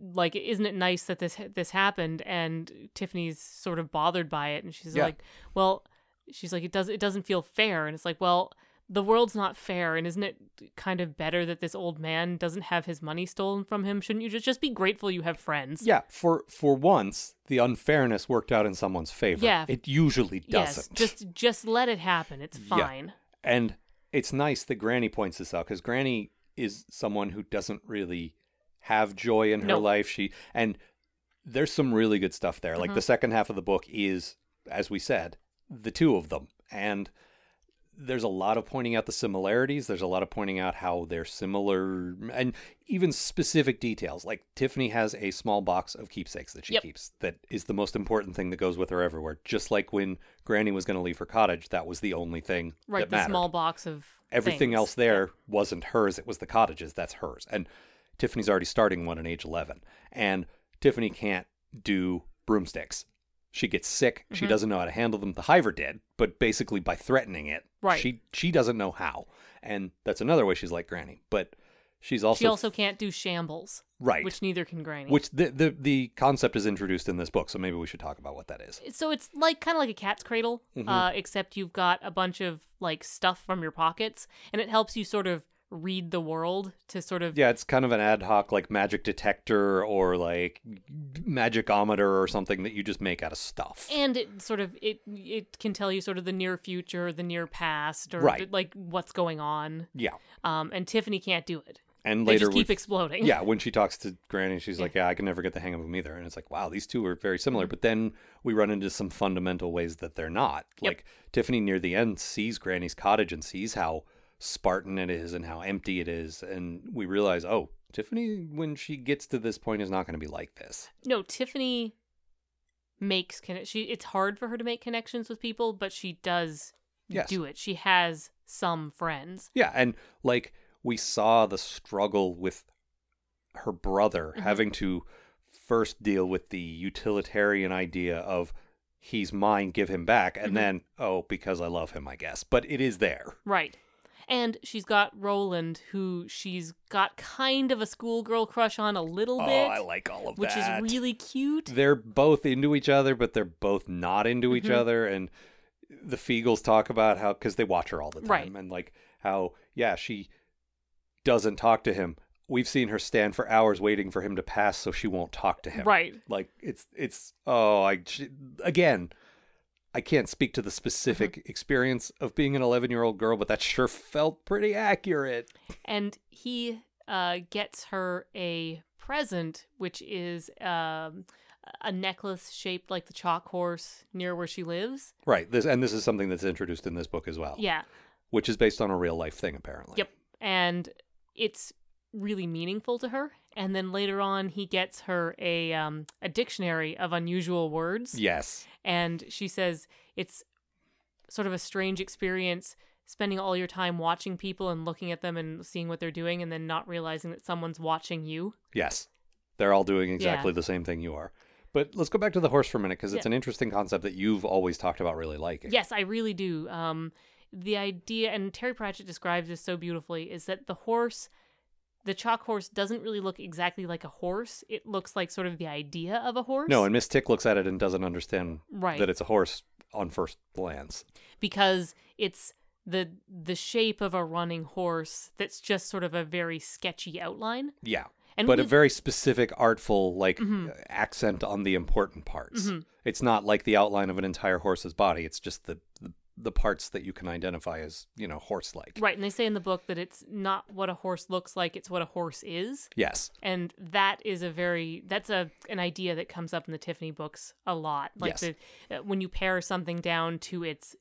C: like isn't it nice that this this happened and tiffany's sort of bothered by it and she's
B: Yeah.
C: like well she's like it does it doesn't feel fair and it's like well the world's not fair and isn't it kind of better that this old man doesn't have his money stolen from him shouldn't you just just be grateful you have friends
B: Yeah, for for once, the unfairness worked out in someone's favor.
C: Yeah.
B: It usually
C: yes
B: doesn't.
C: just just let it happen it's
B: Yeah.
C: fine
B: And it's nice that Granny points this out because Granny is someone who doesn't really have joy in her
C: No.
B: life. She and there's some really good stuff there.
C: Mm-hmm.
B: Like the second half of the book is, as we said, the two of them. And there's a lot of pointing out the similarities. There's a lot of pointing out how they're similar and even specific details. Like Tiffany has a small box of keepsakes that she
C: Yep.
B: keeps that is the most important thing that goes with her everywhere. Just like when Granny was going to leave her cottage, that was the only thing
C: right
B: that
C: the
B: mattered
C: small box of
B: everything
C: things.
B: else there wasn't hers it was the cottages that's hers and tiffany's already starting one at age 11 and tiffany can't do broomsticks she gets sick she
C: Mm-hmm.
B: doesn't know how to handle them the hiver did but basically by threatening it
C: Right.
B: she she doesn't know how and that's another way she's like granny but she's also
C: she also can't do shambles
B: right
C: which neither can Granny.
B: which the, the the concept is introduced in this book so maybe we should talk about what that is
C: so it's like kind of like a cat's cradle,
B: Mm-hmm.
C: uh, except you've got a bunch of like stuff from your pockets, and it helps you sort of read the world to sort of
B: Yeah, it's kind of an ad hoc like magic detector or like magicometer or something that you just make out of stuff.
C: and it sort of it it can tell you sort of the near future, the near past, or
B: Right.
C: like what's going on.
B: yeah.
C: Um, and Tiffany can't do it.
B: And
C: They
B: later
C: just keep
B: we-
C: exploding.
B: yeah, when she talks to Granny, she's like, "Yeah, I can never get the hang of them either." And it's like, "Wow, these two are very similar."
C: Mm-hmm.
B: But then we run into some fundamental ways that they're not.
C: Yep.
B: Like Tiffany near the end sees Granny's cottage and sees how Spartan it is and how empty it is, and we realize, "Oh, Tiffany when she gets to this point is not going to be like this."
C: No, Tiffany makes conne- she it's hard for her to make connections with people, but she does
B: Yes.
C: do it. She has some friends.
B: Yeah, and like we saw the struggle with her
C: Mm-hmm.
B: brother having to first deal with the utilitarian idea of he's mine, give him back, and
C: Mhm.
B: then oh, because I love him, I guess. But it is there.
C: Right. And she's got Roland, who she's got kind of a schoolgirl crush on a little
B: Oh,
C: bit,
B: I like all of
C: which is
B: that.
C: really cute.
B: They're both into each other, but they're both not into each
C: Mhm.
B: other. And the Feagles talk about how because they watch her all the time,
C: Right.
B: and like how yeah, she doesn't talk to him. We've seen her stand for hours waiting for him to pass, so she won't talk to him.
C: Right.
B: like it's it's oh i j- again i can't speak to the specific
C: Mm-hmm.
B: experience of being an 11 year old girl but that sure felt pretty accurate
C: And he uh, gets her a present, which is um, a necklace shaped like the chalk horse near where she lives.
B: right this and this is something that's introduced in this book as well
C: Yeah.
B: which is based on a real life thing apparently
C: Yep. and it's really meaningful to her. And then later on, he gets her a um, a dictionary of unusual words,
B: yes
C: and she says it's sort of a strange experience spending all your time watching people and looking at them and seeing what they're doing, and then not realizing that someone's watching you.
B: yes they're all doing exactly the same thing you are but let's go back to the horse for a minute because it's
C: Yeah.
B: an interesting concept that you've always talked about really liking
C: Yes, I really do. Um, the idea, and Terry Pratchett describes this so beautifully, is that the horse, the chalk horse, doesn't really look exactly like a horse. It looks like sort of the idea of a horse.
B: no and miss tick looks at it and doesn't understand
C: right.
B: that it's a horse on first glance
C: because it's the the shape of a running horse that's just sort of a very sketchy outline
B: yeah
C: and Mm-hmm.
B: but a
C: we've-
B: very specific artful like accent on the important parts
C: Mm-hmm.
B: it's not like the outline of an entire horse's body it's just the the, the parts that you can identify as you know horse like
C: right and they say in the book that it's not what a horse looks like it's what a horse is
B: yes
C: and that is a very that's a an idea that comes up in the tiffany books a lot like
B: Yes.
C: the, uh, when you pare something down to its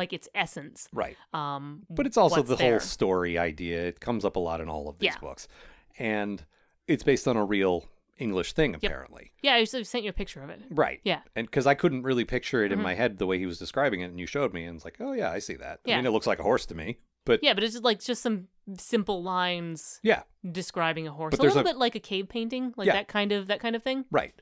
C: like its essence
B: right
C: um
B: but it's also
C: what's
B: the whole
C: there.
B: story idea it comes up a lot in all of these
C: Yeah.
B: books and it's based on a real english thing apparently
C: yeah i just sent you a picture of it
B: right
C: yeah Mm-hmm.
B: and because i couldn't really picture it in my head the way he was describing it and you showed me and it's like oh yeah i see that i
C: Yeah.
B: mean it looks like a horse to me but
C: yeah but it's just like just some simple lines
B: yeah
C: describing a horse
B: But
C: a
B: there's
C: little
B: a-
C: bit like a cave painting like
B: Yeah.
C: that kind of that kind of thing
B: Right.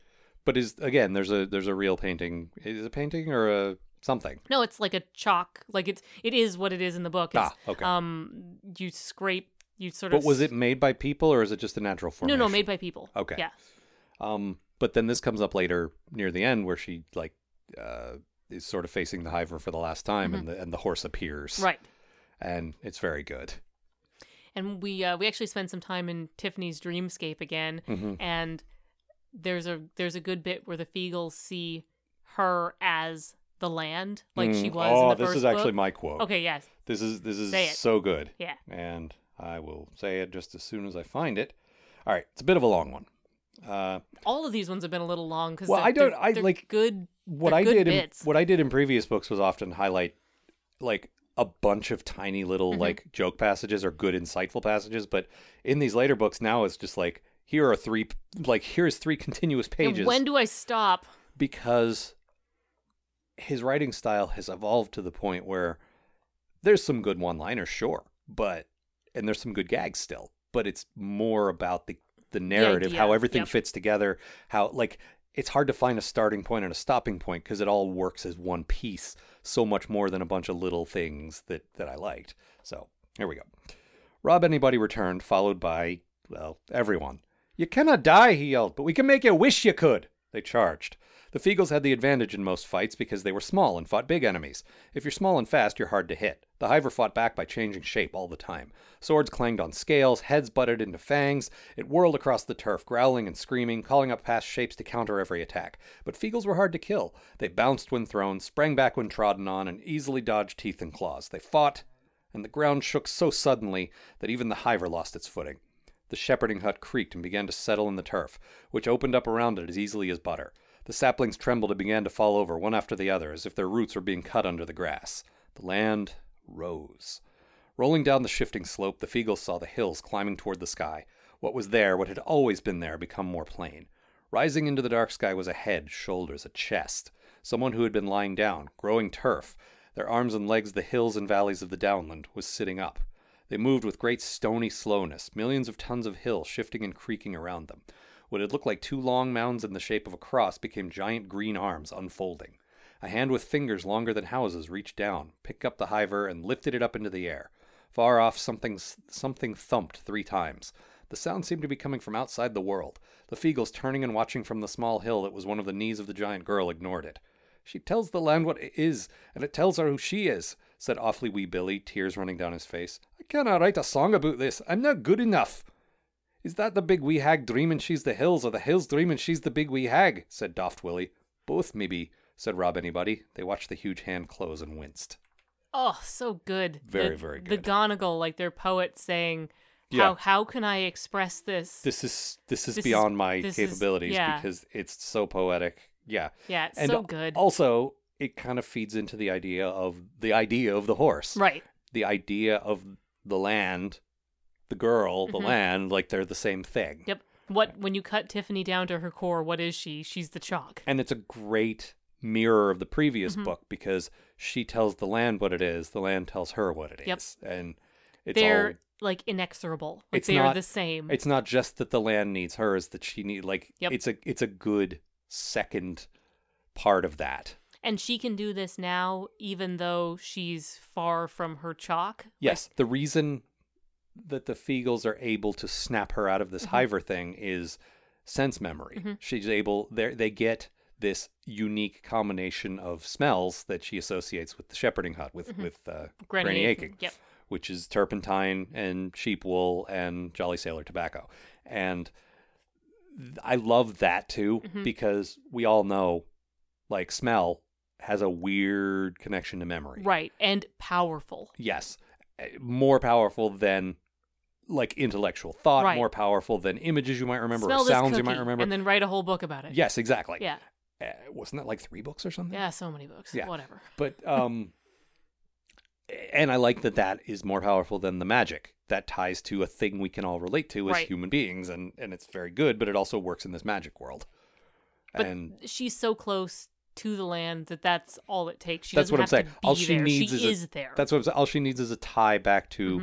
B: But is again, there's a there's a real painting. Is it a painting or a something?
C: no it's like a chalk like it's it is what it is in the book it's,
B: Ah, okay.
C: um you scrape you sort
B: but
C: of
B: was
C: s-
B: it made by people or is it just a natural
C: no
B: formation?
C: no made by people
B: Okay.
C: yeah
B: Um, but then this comes up later near the end where she like uh, is sort of facing the hiver for the last time, and the and the horse appears.
C: Mm-hmm. right
B: And it's very good.
C: and we uh, we actually spent some time in tiffany's dreamscape again
B: Mhm.
C: and there's a there's a good bit where the feagles see her as the land like she
B: Mm.
C: was
B: Oh,
C: in the
B: this
C: first
B: is actually
C: book.
B: my quote.
C: okay yes
B: This is this is
C: Say it.
B: so good.
C: Yeah.
B: And I will say it just as soon as I find it. All right, it's a bit of a long one. Uh,
C: all of these ones have been a little long because
B: Well, I don't- I,
C: they're
B: like-
C: good
B: what
C: They're
B: I
C: good
B: did in,
C: bits.
B: what I did in previous books was often highlight like a bunch of tiny
C: Mm-hmm.
B: little like joke passages or good insightful passages, but in these later books now it's just like here are three like here's three continuous
C: And
B: pages
C: when do I stop?
B: because his writing style has evolved to the point where there's some good one-liners sure, but and there's some good gags still, but it's more about the the narrative,
C: idea,
B: how everything
C: yep.
B: fits together, how like it's hard to find a starting point and a stopping point because it all works as one piece so much more than a bunch of little things that that I liked. So, here we go. Rob anybody returned followed by well, everyone. You cannot die, he yelled, but we can make you wish you could. They charged. The Feagles had the advantage in most fights because they were small and fought big enemies. If you're small and fast, you're hard to hit. The Hiver fought back by changing shape all the time. Swords clanged on scales, heads butted into fangs. It whirled across the turf, growling and screaming, calling up past shapes to counter every attack. But Feagles were hard to kill. They bounced when thrown, sprang back when trodden on, and easily dodged teeth and claws. They fought, and the ground shook so suddenly that even the Hiver lost its footing. The shepherding hut creaked and began to settle in the turf, which opened up around it as easily as butter. The saplings trembled and began to fall over one after the other as if their roots were being cut under the grass. The land rose. Rolling down the shifting slope, the Feagles saw the hills climbing toward the sky. What was there, what had always been there, become more plain. Rising into the dark sky was a head, shoulders, a chest. Someone who had been lying down, growing turf, their arms and legs the hills and valleys of the downland, was sitting up. They moved with great stony slowness, millions of tons of hill shifting and creaking around them. What had looked like two long mounds in the shape of a cross became giant green arms unfolding. A hand with fingers longer than houses reached down, picked up the hiver, and lifted it up into the air. Far off, something, something thumped three times. The sound seemed to be coming from outside the world. The Feagles, turning and watching from the small hill that was one of the knees of the giant girl, ignored it. She tells the land what it is, and it tells her who she is, said awfully wee Billy, tears running down his face. I cannot write a song about this. I'm not good enough. Is that the big wee hag dreamin' she's the hills, or the hills dreamin' she's the big wee hag? said Doft Willie. Both, maybe, said Rob Anybody. They watched the huge hand close and winced.
C: Oh, so good.
B: Very,
C: the,
B: very
C: The
B: good.
C: Gonigal, like their poet saying,
B: Yeah.
C: how, how can I express this?
B: This is this is
C: This is-
B: beyond my
C: this is-
B: capabilities
C: yeah.
B: because it's so poetic. Yeah.
C: yeah, it's
B: And
C: so good.
B: Also, it kind of feeds into the idea of the idea of the horse.
C: right.
B: The idea of the land, the girl, the
C: Mhm.
B: land, like they're the same thing.
C: Yep. What when you cut Tiffany down to her core, what is she? She's the chalk.
B: And it's a great mirror of the previous
C: Mhm.
B: book because she tells the land what it is, the land tells her what it is.
C: Yep.
B: And it's
C: They're
B: all
C: like inexorable. Like
B: It's
C: they
B: not-
C: are the same.
B: it's not just that the land needs her is that she need like
C: Mm-hmm. Yep.
B: it's a it's a good second part of that
C: and she can do this now even though she's far from her chalk.
B: yes the reason that the feagles are able to snap her out of this hiver thing is sense memory she's able they they get this unique combination of smells that she associates with the shepherding hut with with uh,
C: Granny
B: granny,
C: Aiken,
B: aiken,
C: yep.
B: which is turpentine and sheep wool and jolly sailor tobacco and I love that too because we all know like smell has a weird connection to memory.
C: Right. And powerful.
B: Yes. Eh, More powerful than like intellectual thought,
C: Right.
B: more powerful than images you might remember
C: Smell
B: or
C: this
B: sounds you
C: cookie,
B: might remember.
C: And then write a whole book about it.
B: yes, exactly.
C: Yeah.
B: Eh, wasn't that like 3 books or something?
C: Yeah, so many books.
B: Yeah.
C: Whatever.
B: But um and I like that that is more powerful than the magic. That ties to a thing we can all relate to as
C: Right.
B: human beings and and it's very good, but it also works in this magic world.
C: But
B: and
C: she's so close to the land that that's all it takes. She
B: That's
C: doesn't
B: what I'm
C: have
B: saying.
C: To be
B: All she
C: there.
B: needs is
C: she
B: a-
C: is there.
B: That's what I'm saying. All she needs is a tie back to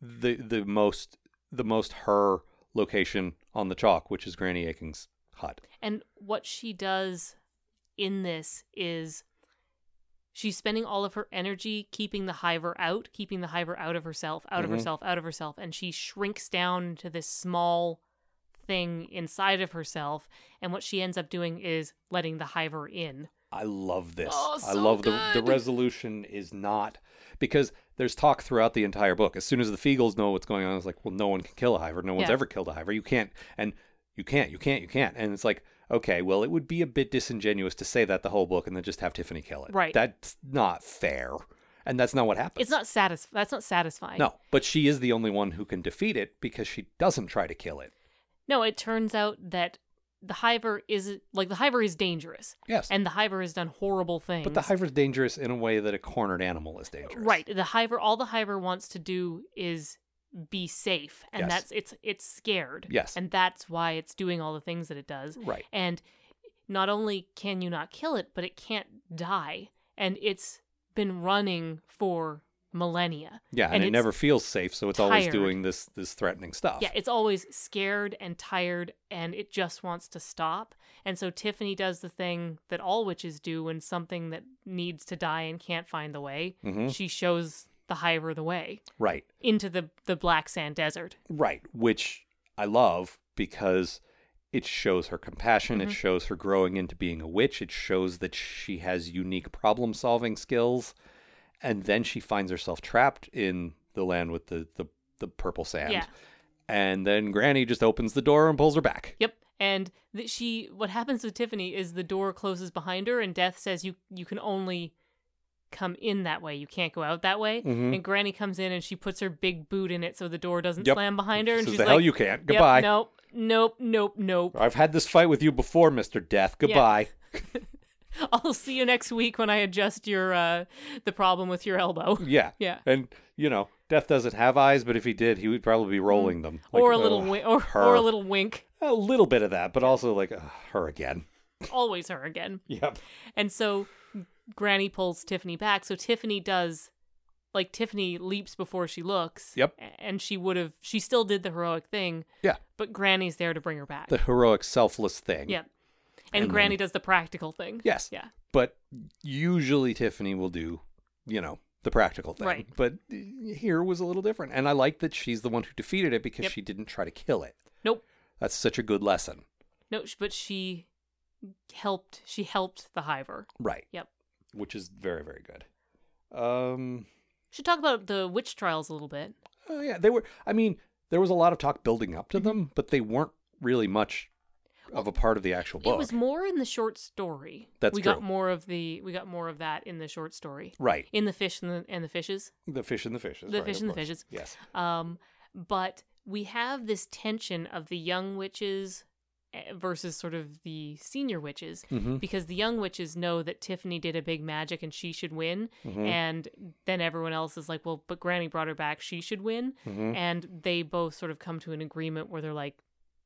C: Mm-hmm.
B: the the most the most her location on the chalk, which is Granny Aiken's hut.
C: And what she does in this is she's spending all of her energy keeping the hiver out, keeping the hiver out of herself, out of
B: Mhm.
C: herself, out of herself. And she shrinks down to this small thing inside of herself. And what she ends up doing is letting the hiver in.
B: I love this.
C: Oh,
B: I
C: so
B: love the
C: good.
B: the resolution is not because there's talk throughout the entire book. As soon as the Feagles know what's going on, it's like, well, no one can kill a hiver. No one's
C: Yeah.
B: ever killed a hiver. You can't, and you can't, you can't, you can't. And it's like, okay, well, it would be a bit disingenuous to say that the whole book and then just have Tiffany kill it.
C: Right.
B: That's not fair, and that's not what happens.
C: It's not satisf- that's not satisfying.
B: No, but she is the only one who can defeat it because she doesn't try to kill it.
C: No, it turns out that the hiver is like the hiver is dangerous.
B: Yes.
C: And the hiver has done horrible things.
B: but the hiver's dangerous in a way that a cornered animal is dangerous.
C: Right. The hiver all the hiver wants to do is be safe. And
B: Yes.
C: that's it's it's scared.
B: Yes.
C: And that's why it's doing all the things that it does.
B: Right.
C: And not only can you not kill it, but it can't die. And it's been running for millennia.
B: Yeah, and,
C: And
B: it
C: it's
B: never feels safe, so it's always
C: tired.
B: doing this this threatening stuff.
C: Yeah, it's always scared and tired and it just wants to stop. And so Tiffany does the thing that all witches do when something that needs to die and can't find the way.
B: Mhm.
C: She shows the hiver the way
B: Right.
C: into the the black sand desert.
B: Right. Which I love because it shows her compassion,
C: Mm-hmm.
B: it shows her growing into being a witch, it shows that she has unique problem solving skills, and then she finds herself trapped in the land with the the, the purple sand.
C: Yeah.
B: And then Granny just opens the door and pulls her back.
C: Yep. And th- she what happens with Tiffany is the door closes behind her and Death says you you can only come in that way. You can't go out that way.
B: Mhm.
C: And Granny comes in and she puts her big boot in it so the door doesn't
B: Yep.
C: slam behind her
B: She
C: and
B: says,
C: she's
B: "The
C: like
B: hell you can't.
C: "Yep,
B: Goodbye."
C: nope. Nope, nope, nope.
B: I've had this fight with you before, Mr. Death. Goodbye.
C: I'll see you next week when I adjust your uh the problem with your elbow.
B: Yeah.
C: Yeah.
B: And, you know, Death doesn't have eyes, but if he did, he would probably be rolling them. Like,
C: Mm. or a little
B: ugh,
C: wi- or,
B: her.
C: or a little wink.
B: A little bit of that, but also like, ugh, her again.
C: Always her again.
B: Yep.
C: And so Granny pulls Tiffany back. So Tiffany does, like, Tiffany leaps before she looks.
B: Yep.
C: a- And she would have, she still did the heroic thing,
B: Yeah.
C: but Granny's there to bring her back.
B: The heroic, selfless thing.
C: Yep. and,
B: And
C: Granny does the practical thing.
B: Yes.
C: Yeah.
B: But usually Tiffany will do, you know, the practical thing.
C: Right.
B: But uh, here was a little different. And I like that she's the one who defeated it because
C: Yep.
B: she didn't try to kill it.
C: Nope.
B: That's such a good lesson.
C: No, sh- but she helped. She helped the Hiver.
B: Right.
C: Yep.
B: Which is very, very good. Um
C: Should talk about the witch trials a little bit.
B: oh yeah, they were I mean, there was a lot of talk building up to
C: Mm-hmm.
B: them, but they weren't really much of a part of the actual book.
C: It was more in the short story.
B: That's
C: we got
B: true.
C: more of the we got more of that in the short story.
B: right.
C: In the fish and the, and the fishes.
B: The fish and the fishes.
C: The
B: right,
C: fish
B: of
C: and the
B: course.
C: fishes.
B: Yes.
C: Um, but we have this tension of the young witches eh, versus sort of the senior witches
B: Mhm.
C: because the young witches know that Tiffany did a big magic and she should win,
B: Mhm.
C: and then everyone else is like, well, but Granny brought her back, she should win,
B: Mhm.
C: and they both sort of come to an agreement where they're like,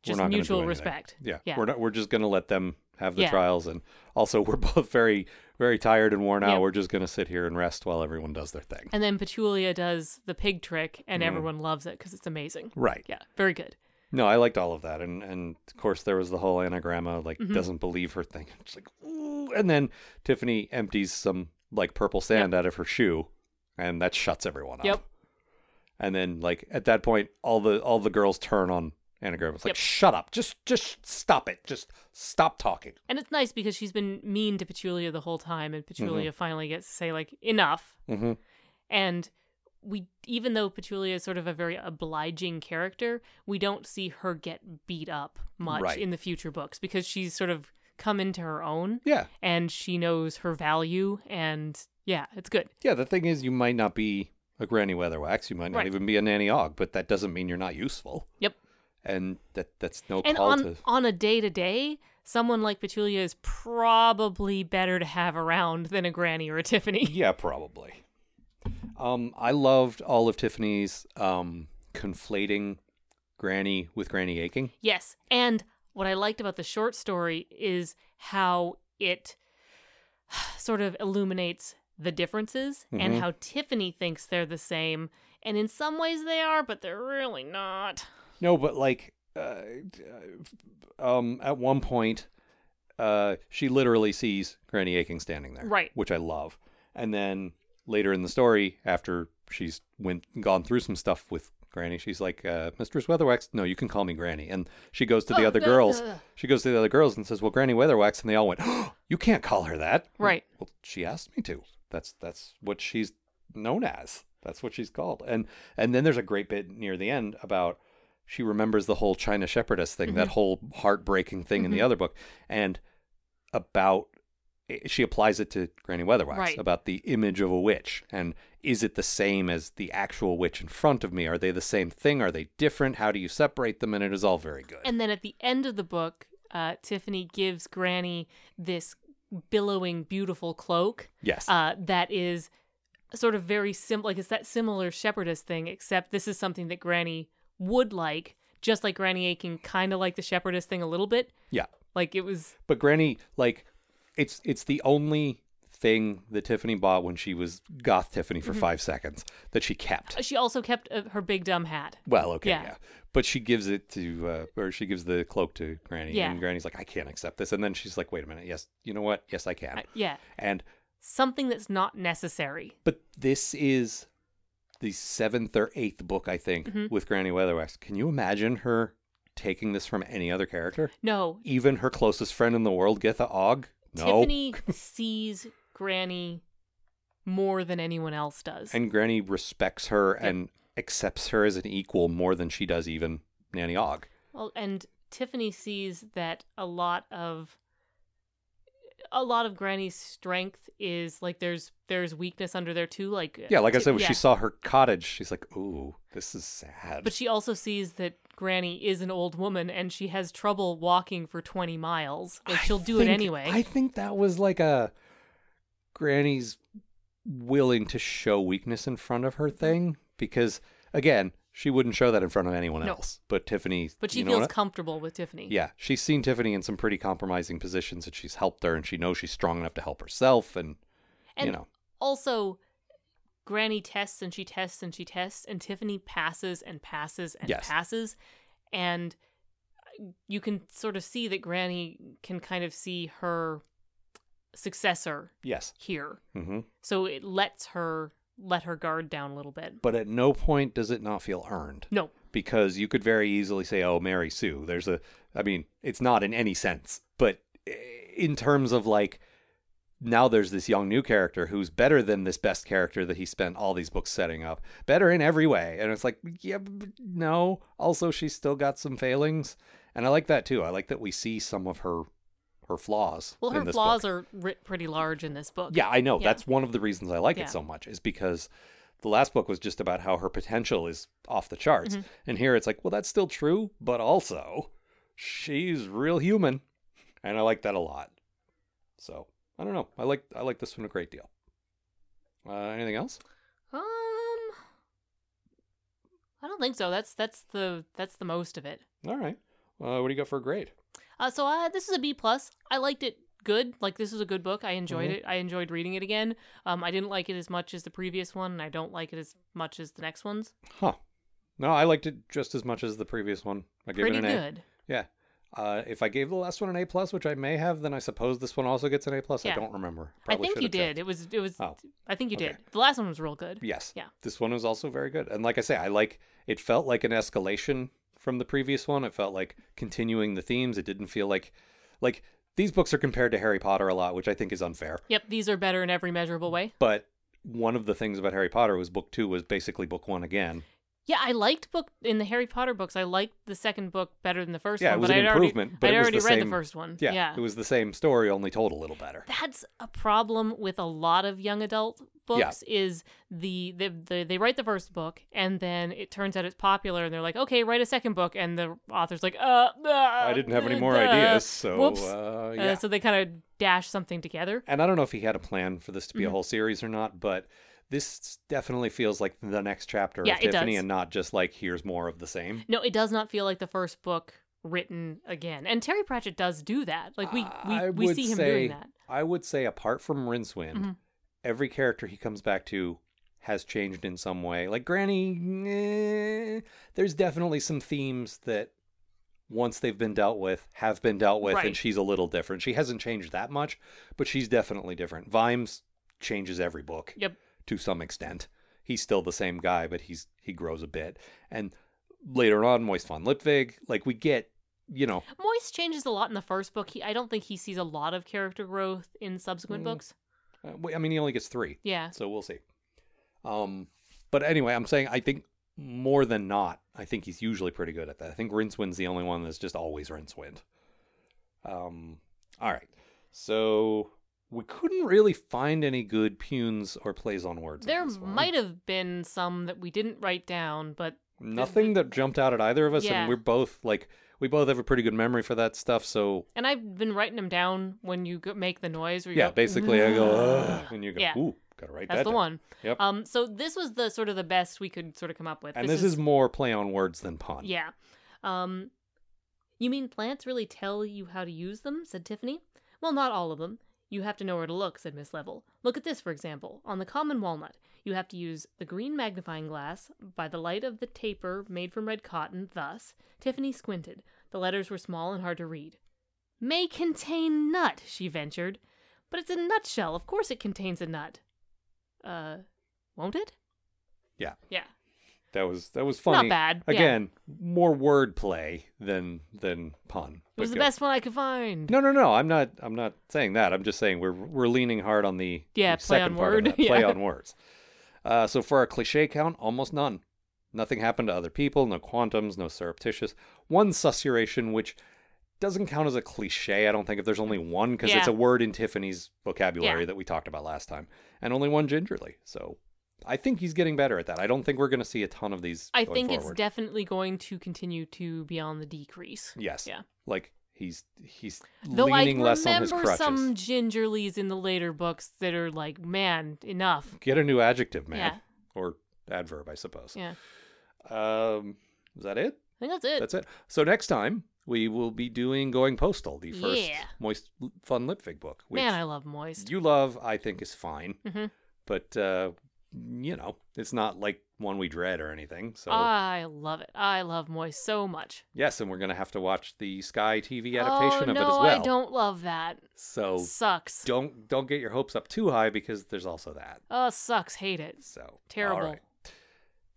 B: We're
C: just
B: not gonna do
C: mutual
B: anything.
C: respect.
B: Yeah.
C: Yeah.
B: We're not we're just gonna let them have the
C: Yeah.
B: trials and also we're both very, very tired and worn out.
C: Yep.
B: We're just gonna sit here and rest while everyone does their thing.
C: And then Petulia does the pig trick, and
B: Mm-hmm.
C: everyone loves it because it's amazing.
B: Right.
C: Yeah, very good.
B: No, I liked all of that, and and of course there was the whole anagramma like
C: Mm-hmm.
B: doesn't believe her thing. It's like, ooh. and then Tiffany empties some like purple sand out of her shoe, and that shuts everyone up.
C: Yep.
B: And then like at that point, all the all the girls turn on anagramma. It's like,
C: Yep.
B: shut up, just just stop it, just stop talking.
C: And it's nice because she's been mean to Petulia the whole time, and Petulia finally gets to say like enough,
B: Mm-hmm.
C: and we even though Petulia is sort of a very obliging character, we don't see her get beat up much
B: Right.
C: in the future books because she's sort of come into her own
B: Yeah,
C: and she knows her value, and yeah, it's good.
B: yeah. The thing is, you might not be a Granny Weatherwax, you might not
C: Right.
B: even be a Nanny Og, but that doesn't mean you're not useful.
C: Yep.
B: And that that's no
C: And
B: call
C: on
B: to
C: on a day to day, someone like Petulia is probably better to have around than a Granny or a Tiffany.
B: Yeah, probably. Um, I loved all of Tiffany's um, conflating Granny with Granny Aching.
C: yes, and what I liked about the short story is how it sort of illuminates the differences and
B: Mm-hmm.
C: how Tiffany thinks they're the same. And in some ways they are, but they're really not.
B: No, but like, uh, um, at one point, uh, she literally sees Granny Aching standing there,
C: Right.
B: Which I love. And then later in the story, after she's went gone through some stuff with Granny, she's like, uh, "Mistress Weatherwax, no, you can call me Granny." And she goes to the
C: Oh,
B: other
C: no,
B: girls.
C: ugh.
B: She goes to the other girls and says, "Well, Granny Weatherwax," and they all went, oh, "You can't call her that."
C: Right.
B: well she asked me to that's that's what she's known as that's what she's called and and then there's a great bit near the end about she remembers the whole china shepherdess thing
C: Mm-hmm.
B: that whole heartbreaking thing in the other book and about eh, she applies it to granny weatherwax
C: Right.
B: about the image of a witch and is it the same as the actual witch in front of me are they the same thing are they different how do you separate them and it is all very good
C: And then at the end of the book, uh, Tiffany gives Granny this billowing, beautiful cloak
B: yes
C: uh, that is sort of very simple. Like it's that similar shepherdess thing, except this is something that Granny would like, just like Granny Aiken kind of like the shepherdess thing a little bit.
B: yeah
C: Like it was
B: But Granny, like, it's it's the only thing that Tiffany bought when she was goth Tiffany for five seconds that she kept.
C: She also kept Mm-hmm. uh, her big dumb hat.
B: Well, okay, yeah.
C: Yeah.
B: But she gives it to, uh, or she gives the cloak to Granny,
C: Yeah.
B: and Granny's like, "I can't accept this." And then she's like, "Wait a minute, yes, you know what? Yes, I can."
C: I- yeah,
B: and
C: something that's not necessary.
B: but this is the seventh or eighth book, I think,
C: Mm-hmm.
B: with Granny Weatherwax. Can you imagine her taking this from any other character?
C: No,
B: Even her closest friend in the world, Githa Og. No,
C: Tiffany sees Granny more than anyone else does.
B: And Granny respects her and accepts her as an equal more than she does even Nanny Og.
C: well, and Tiffany sees that a lot of a lot of Granny's strength is like there's there's weakness under there too. Like uh,
B: Yeah, like I
C: Ti-
B: said, when
C: yeah.
B: she saw her cottage, she's like, ooh, this is sad.
C: But she also sees that Granny is an old woman and she has trouble walking for twenty miles. Like
B: I
C: she'll do
B: think-
C: it anyway.
B: I think that was like a Granny's willing to show weakness in front of her
C: Mm-hmm.
B: thing because, again, she wouldn't show that in front of anyone
C: No.
B: else. But Tiffany,
C: but she
B: you know
C: feels
B: what?
C: comfortable with Tiffany.
B: Yeah, she's seen Tiffany in some pretty compromising positions, and she's helped her, and she knows she's strong enough to help herself, and,
C: And
B: you know,
C: also granny tests and she tests and she tests and tiffany passes and passes and
B: Yes.
C: passes and you can sort of see that Granny can kind of see her successor
B: Yes.
C: here.
B: hmm
C: So it lets her let her guard down a little bit.
B: But at no point does it not feel earned
C: No.
B: because you could very easily say, "Oh, Mary Sue." There's a. I mean, it's not in any sense, but eh, in terms of like. Now there's this young new character who's better than this best character that he spent all these books setting up. Better in every way. And it's like, yeah, but no. Also, she's still got some failings. And I like that too. I like that we see some of her her flaws.
C: Well, her
B: in this book.
C: flaws are writ pretty large in this book.
B: Yeah, I know.
C: Yeah.
B: That's one of the reasons I like
C: Yeah.
B: it so much is because the last book was just about how her potential is off the charts.
C: Mm-hmm.
B: And here it's like, well, that's still true, but also she's real human. And I like that a lot. So I don't know. I like I like this one a great deal. Uh, anything else?
C: Um, I don't think so. That's that's the that's the most of it.
B: All right. Uh, what do you got for a grade?
C: Uh, so uh, this is a B plus. I liked it good. Like this was a good book. I enjoyed
B: Mm-hmm.
C: it. I enjoyed reading it again. Um, I didn't like it as much as the previous one, and I don't like it as much as the next one's.
B: Huh. No, I liked it just as much as the previous one. I gave
C: Pretty
B: it an A.
C: good.
B: Yeah. Uh, if I gave the last one an A plus, which I may have, then I suppose this one also gets an A plus. I
C: Yeah.
B: don't remember.
C: I
B: Probably
C: think
B: should
C: you
B: have checked.
C: did. It was it was.
B: Oh.
C: I think you
B: Okay.
C: did. The last one was real good.
B: Yes.
C: Yeah.
B: This one was also very good. And like I say, I like it felt like an escalation from the previous one. It felt like continuing the themes. It didn't feel like like these books are compared to Harry Potter a lot, which I think is unfair.
C: Yep, these are better in every measurable way.
B: But one of the things about Harry Potter was book 2 was basically book 1 again.
C: Yeah, I liked book in the Harry Potter books. I liked the second book better than the first
B: Yeah,
C: one.
B: it was
C: but
B: an
C: I'd
B: improvement,
C: Already,
B: but
C: I'd
B: it was
C: already
B: the
C: read
B: same-
C: the first one.
B: Yeah,
C: yeah.
B: It was the same story only told a little better.
C: that's a problem with a lot of young adult books is the, the, the they write the first book and then it turns out it's popular and they're like okay write a second book and the author's like uh,
B: I didn't have any more ideas, so
C: whoops.
B: uh, yeah.
C: so they kind of dash something together
B: and I don't know if he had a plan for this to be
C: Mm-hmm.
B: a whole series or not, but this definitely feels like the next chapter
C: Yeah,
B: of
C: it
B: Tiffany
C: does.
B: and not just like here's more of the same.
C: no it does not feel like the first book written again and terry pratchett does do that like we
B: I
C: we, we
B: would
C: see him
B: say-
C: doing that
B: I would say, apart from Rincewind,
C: Mhm.
B: every character he comes back to has changed in some way. Like Granny, eh, there's definitely some themes that once they've been dealt with, have been dealt with,
C: Right.
B: and she's a little different. She hasn't changed that much, but she's definitely different. Vimes changes every book
C: yep
B: to some extent. He's still the same guy, but he's he grows a bit. And later on, Moist von Litvig, like we get, you know,
C: moist changes a lot in the first book he i don't think he sees a lot of character growth in subsequent
B: Mm.
C: books
B: uh, I mean, he only gets three.
C: yeah
B: So we'll see. Um, but anyway, I'm saying I think more than not, I think he's usually pretty good at that. I think Rincewind's the only one that's just always Rincewind. Um, all right. So we couldn't really find any good puns or plays on words. in
C: There
B: this one.
C: might have been some that we didn't write down, but
B: nothing that jumped out at either of us,
C: Yeah.
B: and we're both like we both have a pretty good memory for that stuff. So
C: and I've been writing them down when you go, make the noise. Where you
B: yeah,
C: go,
B: basically I go
C: "Ugh."
B: Ugh, and you go
C: Yeah.
B: ooh, gotta write
C: That's
B: that.
C: the
B: down."
C: one.
B: Yep.
C: Um. So this was the sort of the best we could sort of come up with.
B: and this, is, more play on words than pun.
C: yeah. Um. You mean plants really tell you how to use them? Said Tiffany. Well, not all of them. You have to know where to look, said Miss Level. Look at this, for example. On the common walnut, you have to use the green magnifying glass by the light of the taper made from red cotton. Thus, Tiffany squinted. The letters were small and hard to read. May contain nut, she ventured. But it's a nutshell. Of course it contains a nut. Uh, won't it?
B: Yeah.
C: Yeah.
B: That was that was funny.
C: Not bad. yeah.
B: Again, more wordplay than than pun.
C: It was
B: But
C: the
B: go-
C: best one I could find.
B: No, no, no. I'm not. I'm not saying that. I'm just saying we're we're leaning hard on the
C: Yeah,
B: the
C: play on
B: second part of
C: word.
B: that, play
C: Yeah.
B: on words. Uh, so for our cliche count, almost none. Nothing happened to other people. No quantums. No surreptitious. One susurration, which doesn't count as a cliche. I don't think if there's only one because it's
C: Yeah.
B: a word in Tiffany's vocabulary
C: Yeah.
B: that we talked about last time, and only one gingerly. So I think he's getting better at that. I don't think we're going to see a ton of these.
C: I
B: going
C: think it's
B: forward.
C: definitely going to continue to be on the decrease.
B: Yes.
C: Yeah.
B: Like he's he's
C: Though I
B: leaning less on his
C: remember
B: crutches.
C: some gingerlies in the later books that are like, man, enough.
B: Get a new adjective, man,
C: Yeah.
B: or adverb, I suppose.
C: Yeah.
B: Um, is that it?
C: I think that's it.
B: That's it. So next time we will be doing going postal, the first
C: Yeah.
B: moist fun Litvig book, which
C: man, I love Moist.
B: you love, I think is fine,
C: Mhm.
B: but uh, you know, it's not like one we dread or anything. So
C: I love it. I love Moist so much.
B: yes, and we're gonna have to watch the Sky TV adaptation
C: oh,
B: of
C: no,
B: it as well.
C: I don't love that.
B: So
C: Sucks.
B: don't don't get your hopes up too high because there's also that.
C: Oh, sucks. Hate it.
B: So
C: Terrible.
B: all right.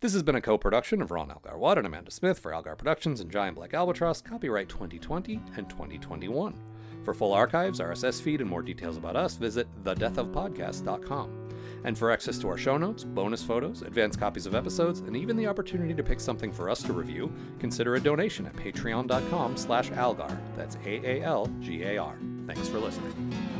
B: This has been a co-production of Ron Algar Watt and Amanda Smith for Algar Productions and Giant Black Albatross, copyright 2020 and 2021. For full archives, RSS feed, and more details about us, visit thedeathofpodcast.com. And for access to our show notes, bonus photos, advanced copies of episodes, and even the opportunity to pick something for us to review, consider a donation at patreon.com slash algar. That's A-A-L-G-A-R. Thanks for listening.